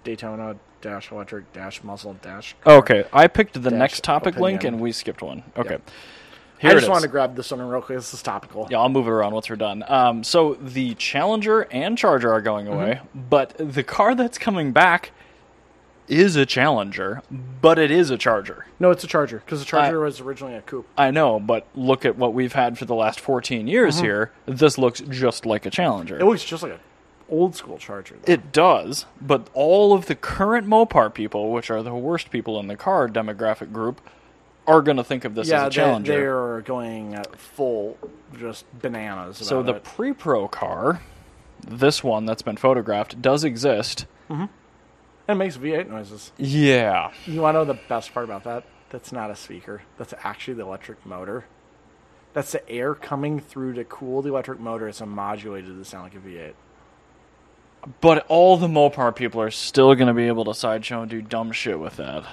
S2: Daytona dash electric dash muzzle dash.
S1: okay. I picked the
S2: Dash
S1: next topic link,
S2: opinion.
S1: and we skipped one. Okay.
S2: Yep.
S1: Here
S2: I
S1: it
S2: just
S1: is.
S2: wanted to grab this one real quick. This is topical.
S1: Yeah, I'll move it around once we're done. Um, so the Challenger and Charger are going
S2: Mm-hmm.
S1: away, but the car that's coming back is a Challenger, but it is a Charger.
S2: No, it's a Charger because the Charger was originally a coupe.
S1: I know, but look at what we've had for the last 14 years here. This looks just like a Challenger.
S2: Mm-hmm. It looks just like an old school Charger. though.
S1: It does, but all of the current Mopar people, which are the worst people in the car demographic group, are going to think of this
S2: yeah,
S1: as a
S2: they,
S1: Challenger.
S2: they're going uh, full just bananas. About
S1: So the
S2: it.
S1: pre pro car, this one that's been photographed, does exist.
S2: it makes V8 noises.
S1: Yeah.
S2: You want to know the best part about that? That's not a speaker. That's actually the electric motor. That's the air coming through to cool the electric motor. It's modulated to sound like a V8.
S1: But all the Mopar people are still going to be able to sideshow and do dumb shit with that.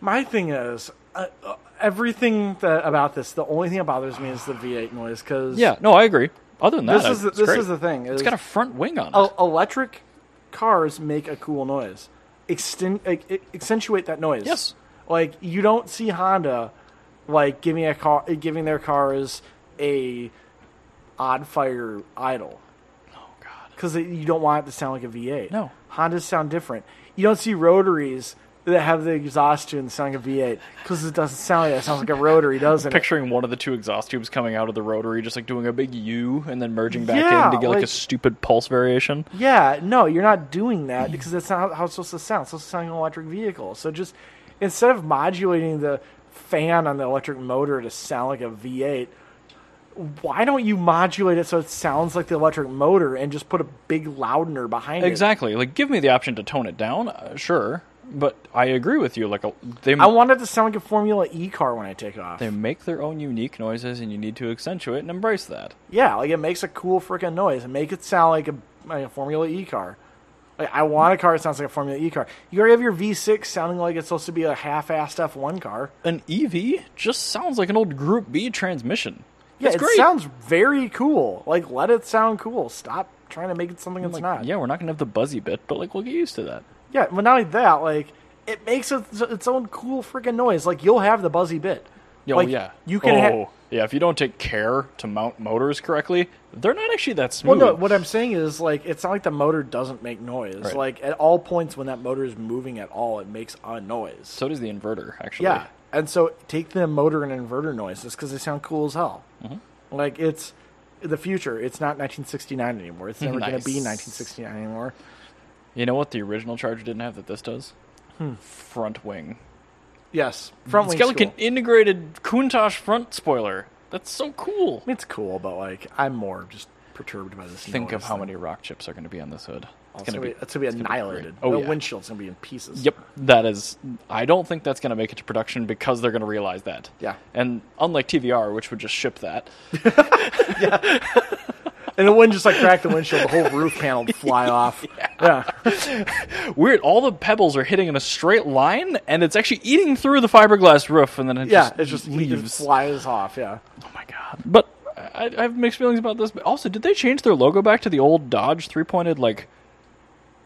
S2: My thing is, uh, uh, everything that, about this, the only thing that bothers me is the V8 noise. Because
S1: Yeah, no, I agree. Other than that,
S2: this is the,
S1: it's
S2: this
S1: great.
S2: is the thing. Oh.
S1: It's
S2: is
S1: got a front wing on it.
S2: el- electric cars make a cool noise. Extend, like, i- accentuate that noise.
S1: Yes.
S2: Like you don't see Honda like giving a car giving their cars a odd fire idle
S1: Oh, God.
S2: because you don't want it to sound like a V8.
S1: No.
S2: Hondas sound different. You don't see rotaries that have the exhaust tune sound like a V8 because it doesn't sound like that. It sounds like a rotary, doesn't it?
S1: Picturing one of the two exhaust tubes coming out of the rotary, just like doing a big U and then merging back in
S2: Yeah,
S1: to get like, a
S2: like-
S1: stupid pulse variation.
S2: Yeah, no, you're not doing that because that's not how- how it's supposed to sound. It's supposed to sound like an electric vehicle. So just instead of modulating the fan on the electric motor to sound like a V8, why don't you modulate it so it sounds like the electric motor and just put a big loudener behind it?
S1: Exactly. Like, give me the option to tone it down, uh, sure. But I agree with you. Like, a, they
S2: I want it to sound like a Formula E car when I take off.
S1: they make their own unique noises, and you need to accentuate and embrace that.
S2: Yeah, like it makes a cool freaking noise. and Make it sound like a, like a Formula E car. Like I want a car that sounds like a Formula E car. You already have your V6 sounding like it's supposed to be a half-assed F1 car.
S1: An EV just sounds like an old Group B transmission.
S2: Yeah,
S1: it's
S2: it
S1: great.
S2: sounds very cool. Like let it sound cool. Stop trying to make it something it's
S1: Like,
S2: not.
S1: Yeah, we're not gonna have the buzzy bit, but like we'll get used to that.
S2: Yeah, but not only that, like it makes its, its own cool freaking noise. Like you'll have the buzzy bit.
S1: Oh
S2: like,
S1: yeah,
S2: You can. have.
S1: Oh, yeah, if you don't take care to mount motors correctly, they're not actually that
S2: Well,
S1: smooth.
S2: no. What I'm saying is, like, it's not like the motor doesn't make noise.
S1: Right.
S2: Like at all points when that motor is moving at all, it makes a noise.
S1: so does the inverter actually.
S2: yeah, and so take the motor and inverter noises because they sound cool as hell.
S1: Mm-hmm.
S2: Like it's the future. It's not 1969 anymore. It's never going to be
S1: Nice.
S2: 1969 anymore.
S1: You know what the original Charger didn't have that this does?
S2: Hmm.
S1: Front wing.
S2: Yes, front
S1: It's
S2: wing's
S1: got like
S2: cool.
S1: an integrated Countach front spoiler. That's so cool.
S2: It's cool, but like I'm more just perturbed by this.
S1: Think of
S2: noise
S1: how
S2: than-
S1: many rock chips are going to be on this hood. It's
S2: It's
S1: going
S2: gonna
S1: to
S2: be,
S1: be.
S2: it's gonna be annihilated.
S1: Oh,
S2: the
S1: yeah.
S2: windshield's gonna be in pieces.
S1: Yep, that is. I don't think that's going to make it to production because they're going to realize that.
S2: Yeah.
S1: And unlike TVR, which would just ship that,
S2: And the wind just like cracked the windshield, the whole roof panel
S1: [laughs]
S2: would fly off. Yeah.
S1: weird. All the pebbles are hitting in a straight line, and it's actually eating through the fiberglass roof, and then it
S2: Yeah,
S1: just
S2: it just leaves.
S1: leaves.
S2: flies off, yeah.
S1: Oh my god! But I, I have mixed feelings about this. But also, did they change their logo back to the old Dodge three-pointed like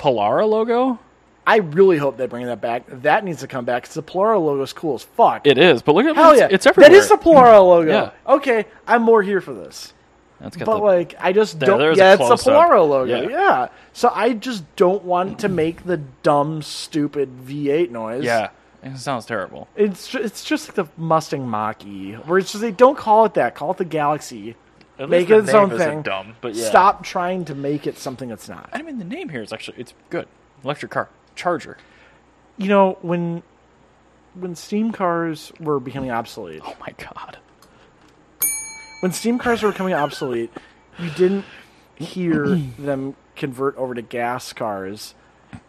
S1: Polara logo?
S2: I really hope they bring that back. That needs to come back because the Plura logo's cool as fuck.
S1: It is, but look at
S2: Hell
S1: it's,
S2: yeah.
S1: it's everywhere. Mm-hmm.
S2: That is the Plura logo.
S1: Yeah.
S2: Okay, I'm more here for this.
S1: That's got
S2: But
S1: the-
S2: like, I just
S1: There-
S2: don't.
S1: there's a
S2: Yeah, it's the
S1: close-up.
S2: Polaro logo.
S1: Yeah.
S2: Yeah. So I just don't want to make the dumb, stupid V8 noise.
S1: yeah, it sounds terrible.
S2: It's ju- it's just like the Mustang Mach-E, where it's just they don't call it that. Call it the Galaxy.
S1: At least
S2: Make
S1: the
S2: it its
S1: name
S2: own
S1: isn't
S2: thing.
S1: Dumb, but yeah.
S2: Stop trying to make it something it's not.
S1: I mean, the name here is actually it's good. Electric car charger.
S2: You know when when steam cars were becoming obsolete.
S1: Oh my god.
S2: When steam cars were becoming obsolete, you didn't hear them convert over to gas cars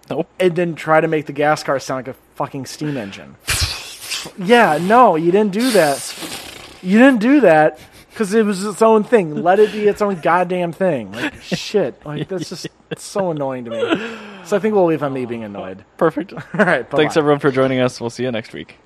S1: Nope.
S2: and then try to make the gas car sound like a fucking steam engine. yeah, no, you didn't do that. You didn't do that because it was its own thing. Let it be its own goddamn thing. Like shit. Like that's just it's so annoying to me. So I think we'll leave on me being annoyed. [laughs]
S1: Perfect.
S2: All right. Bye-bye.
S1: Thanks everyone for joining us. We'll see you next week.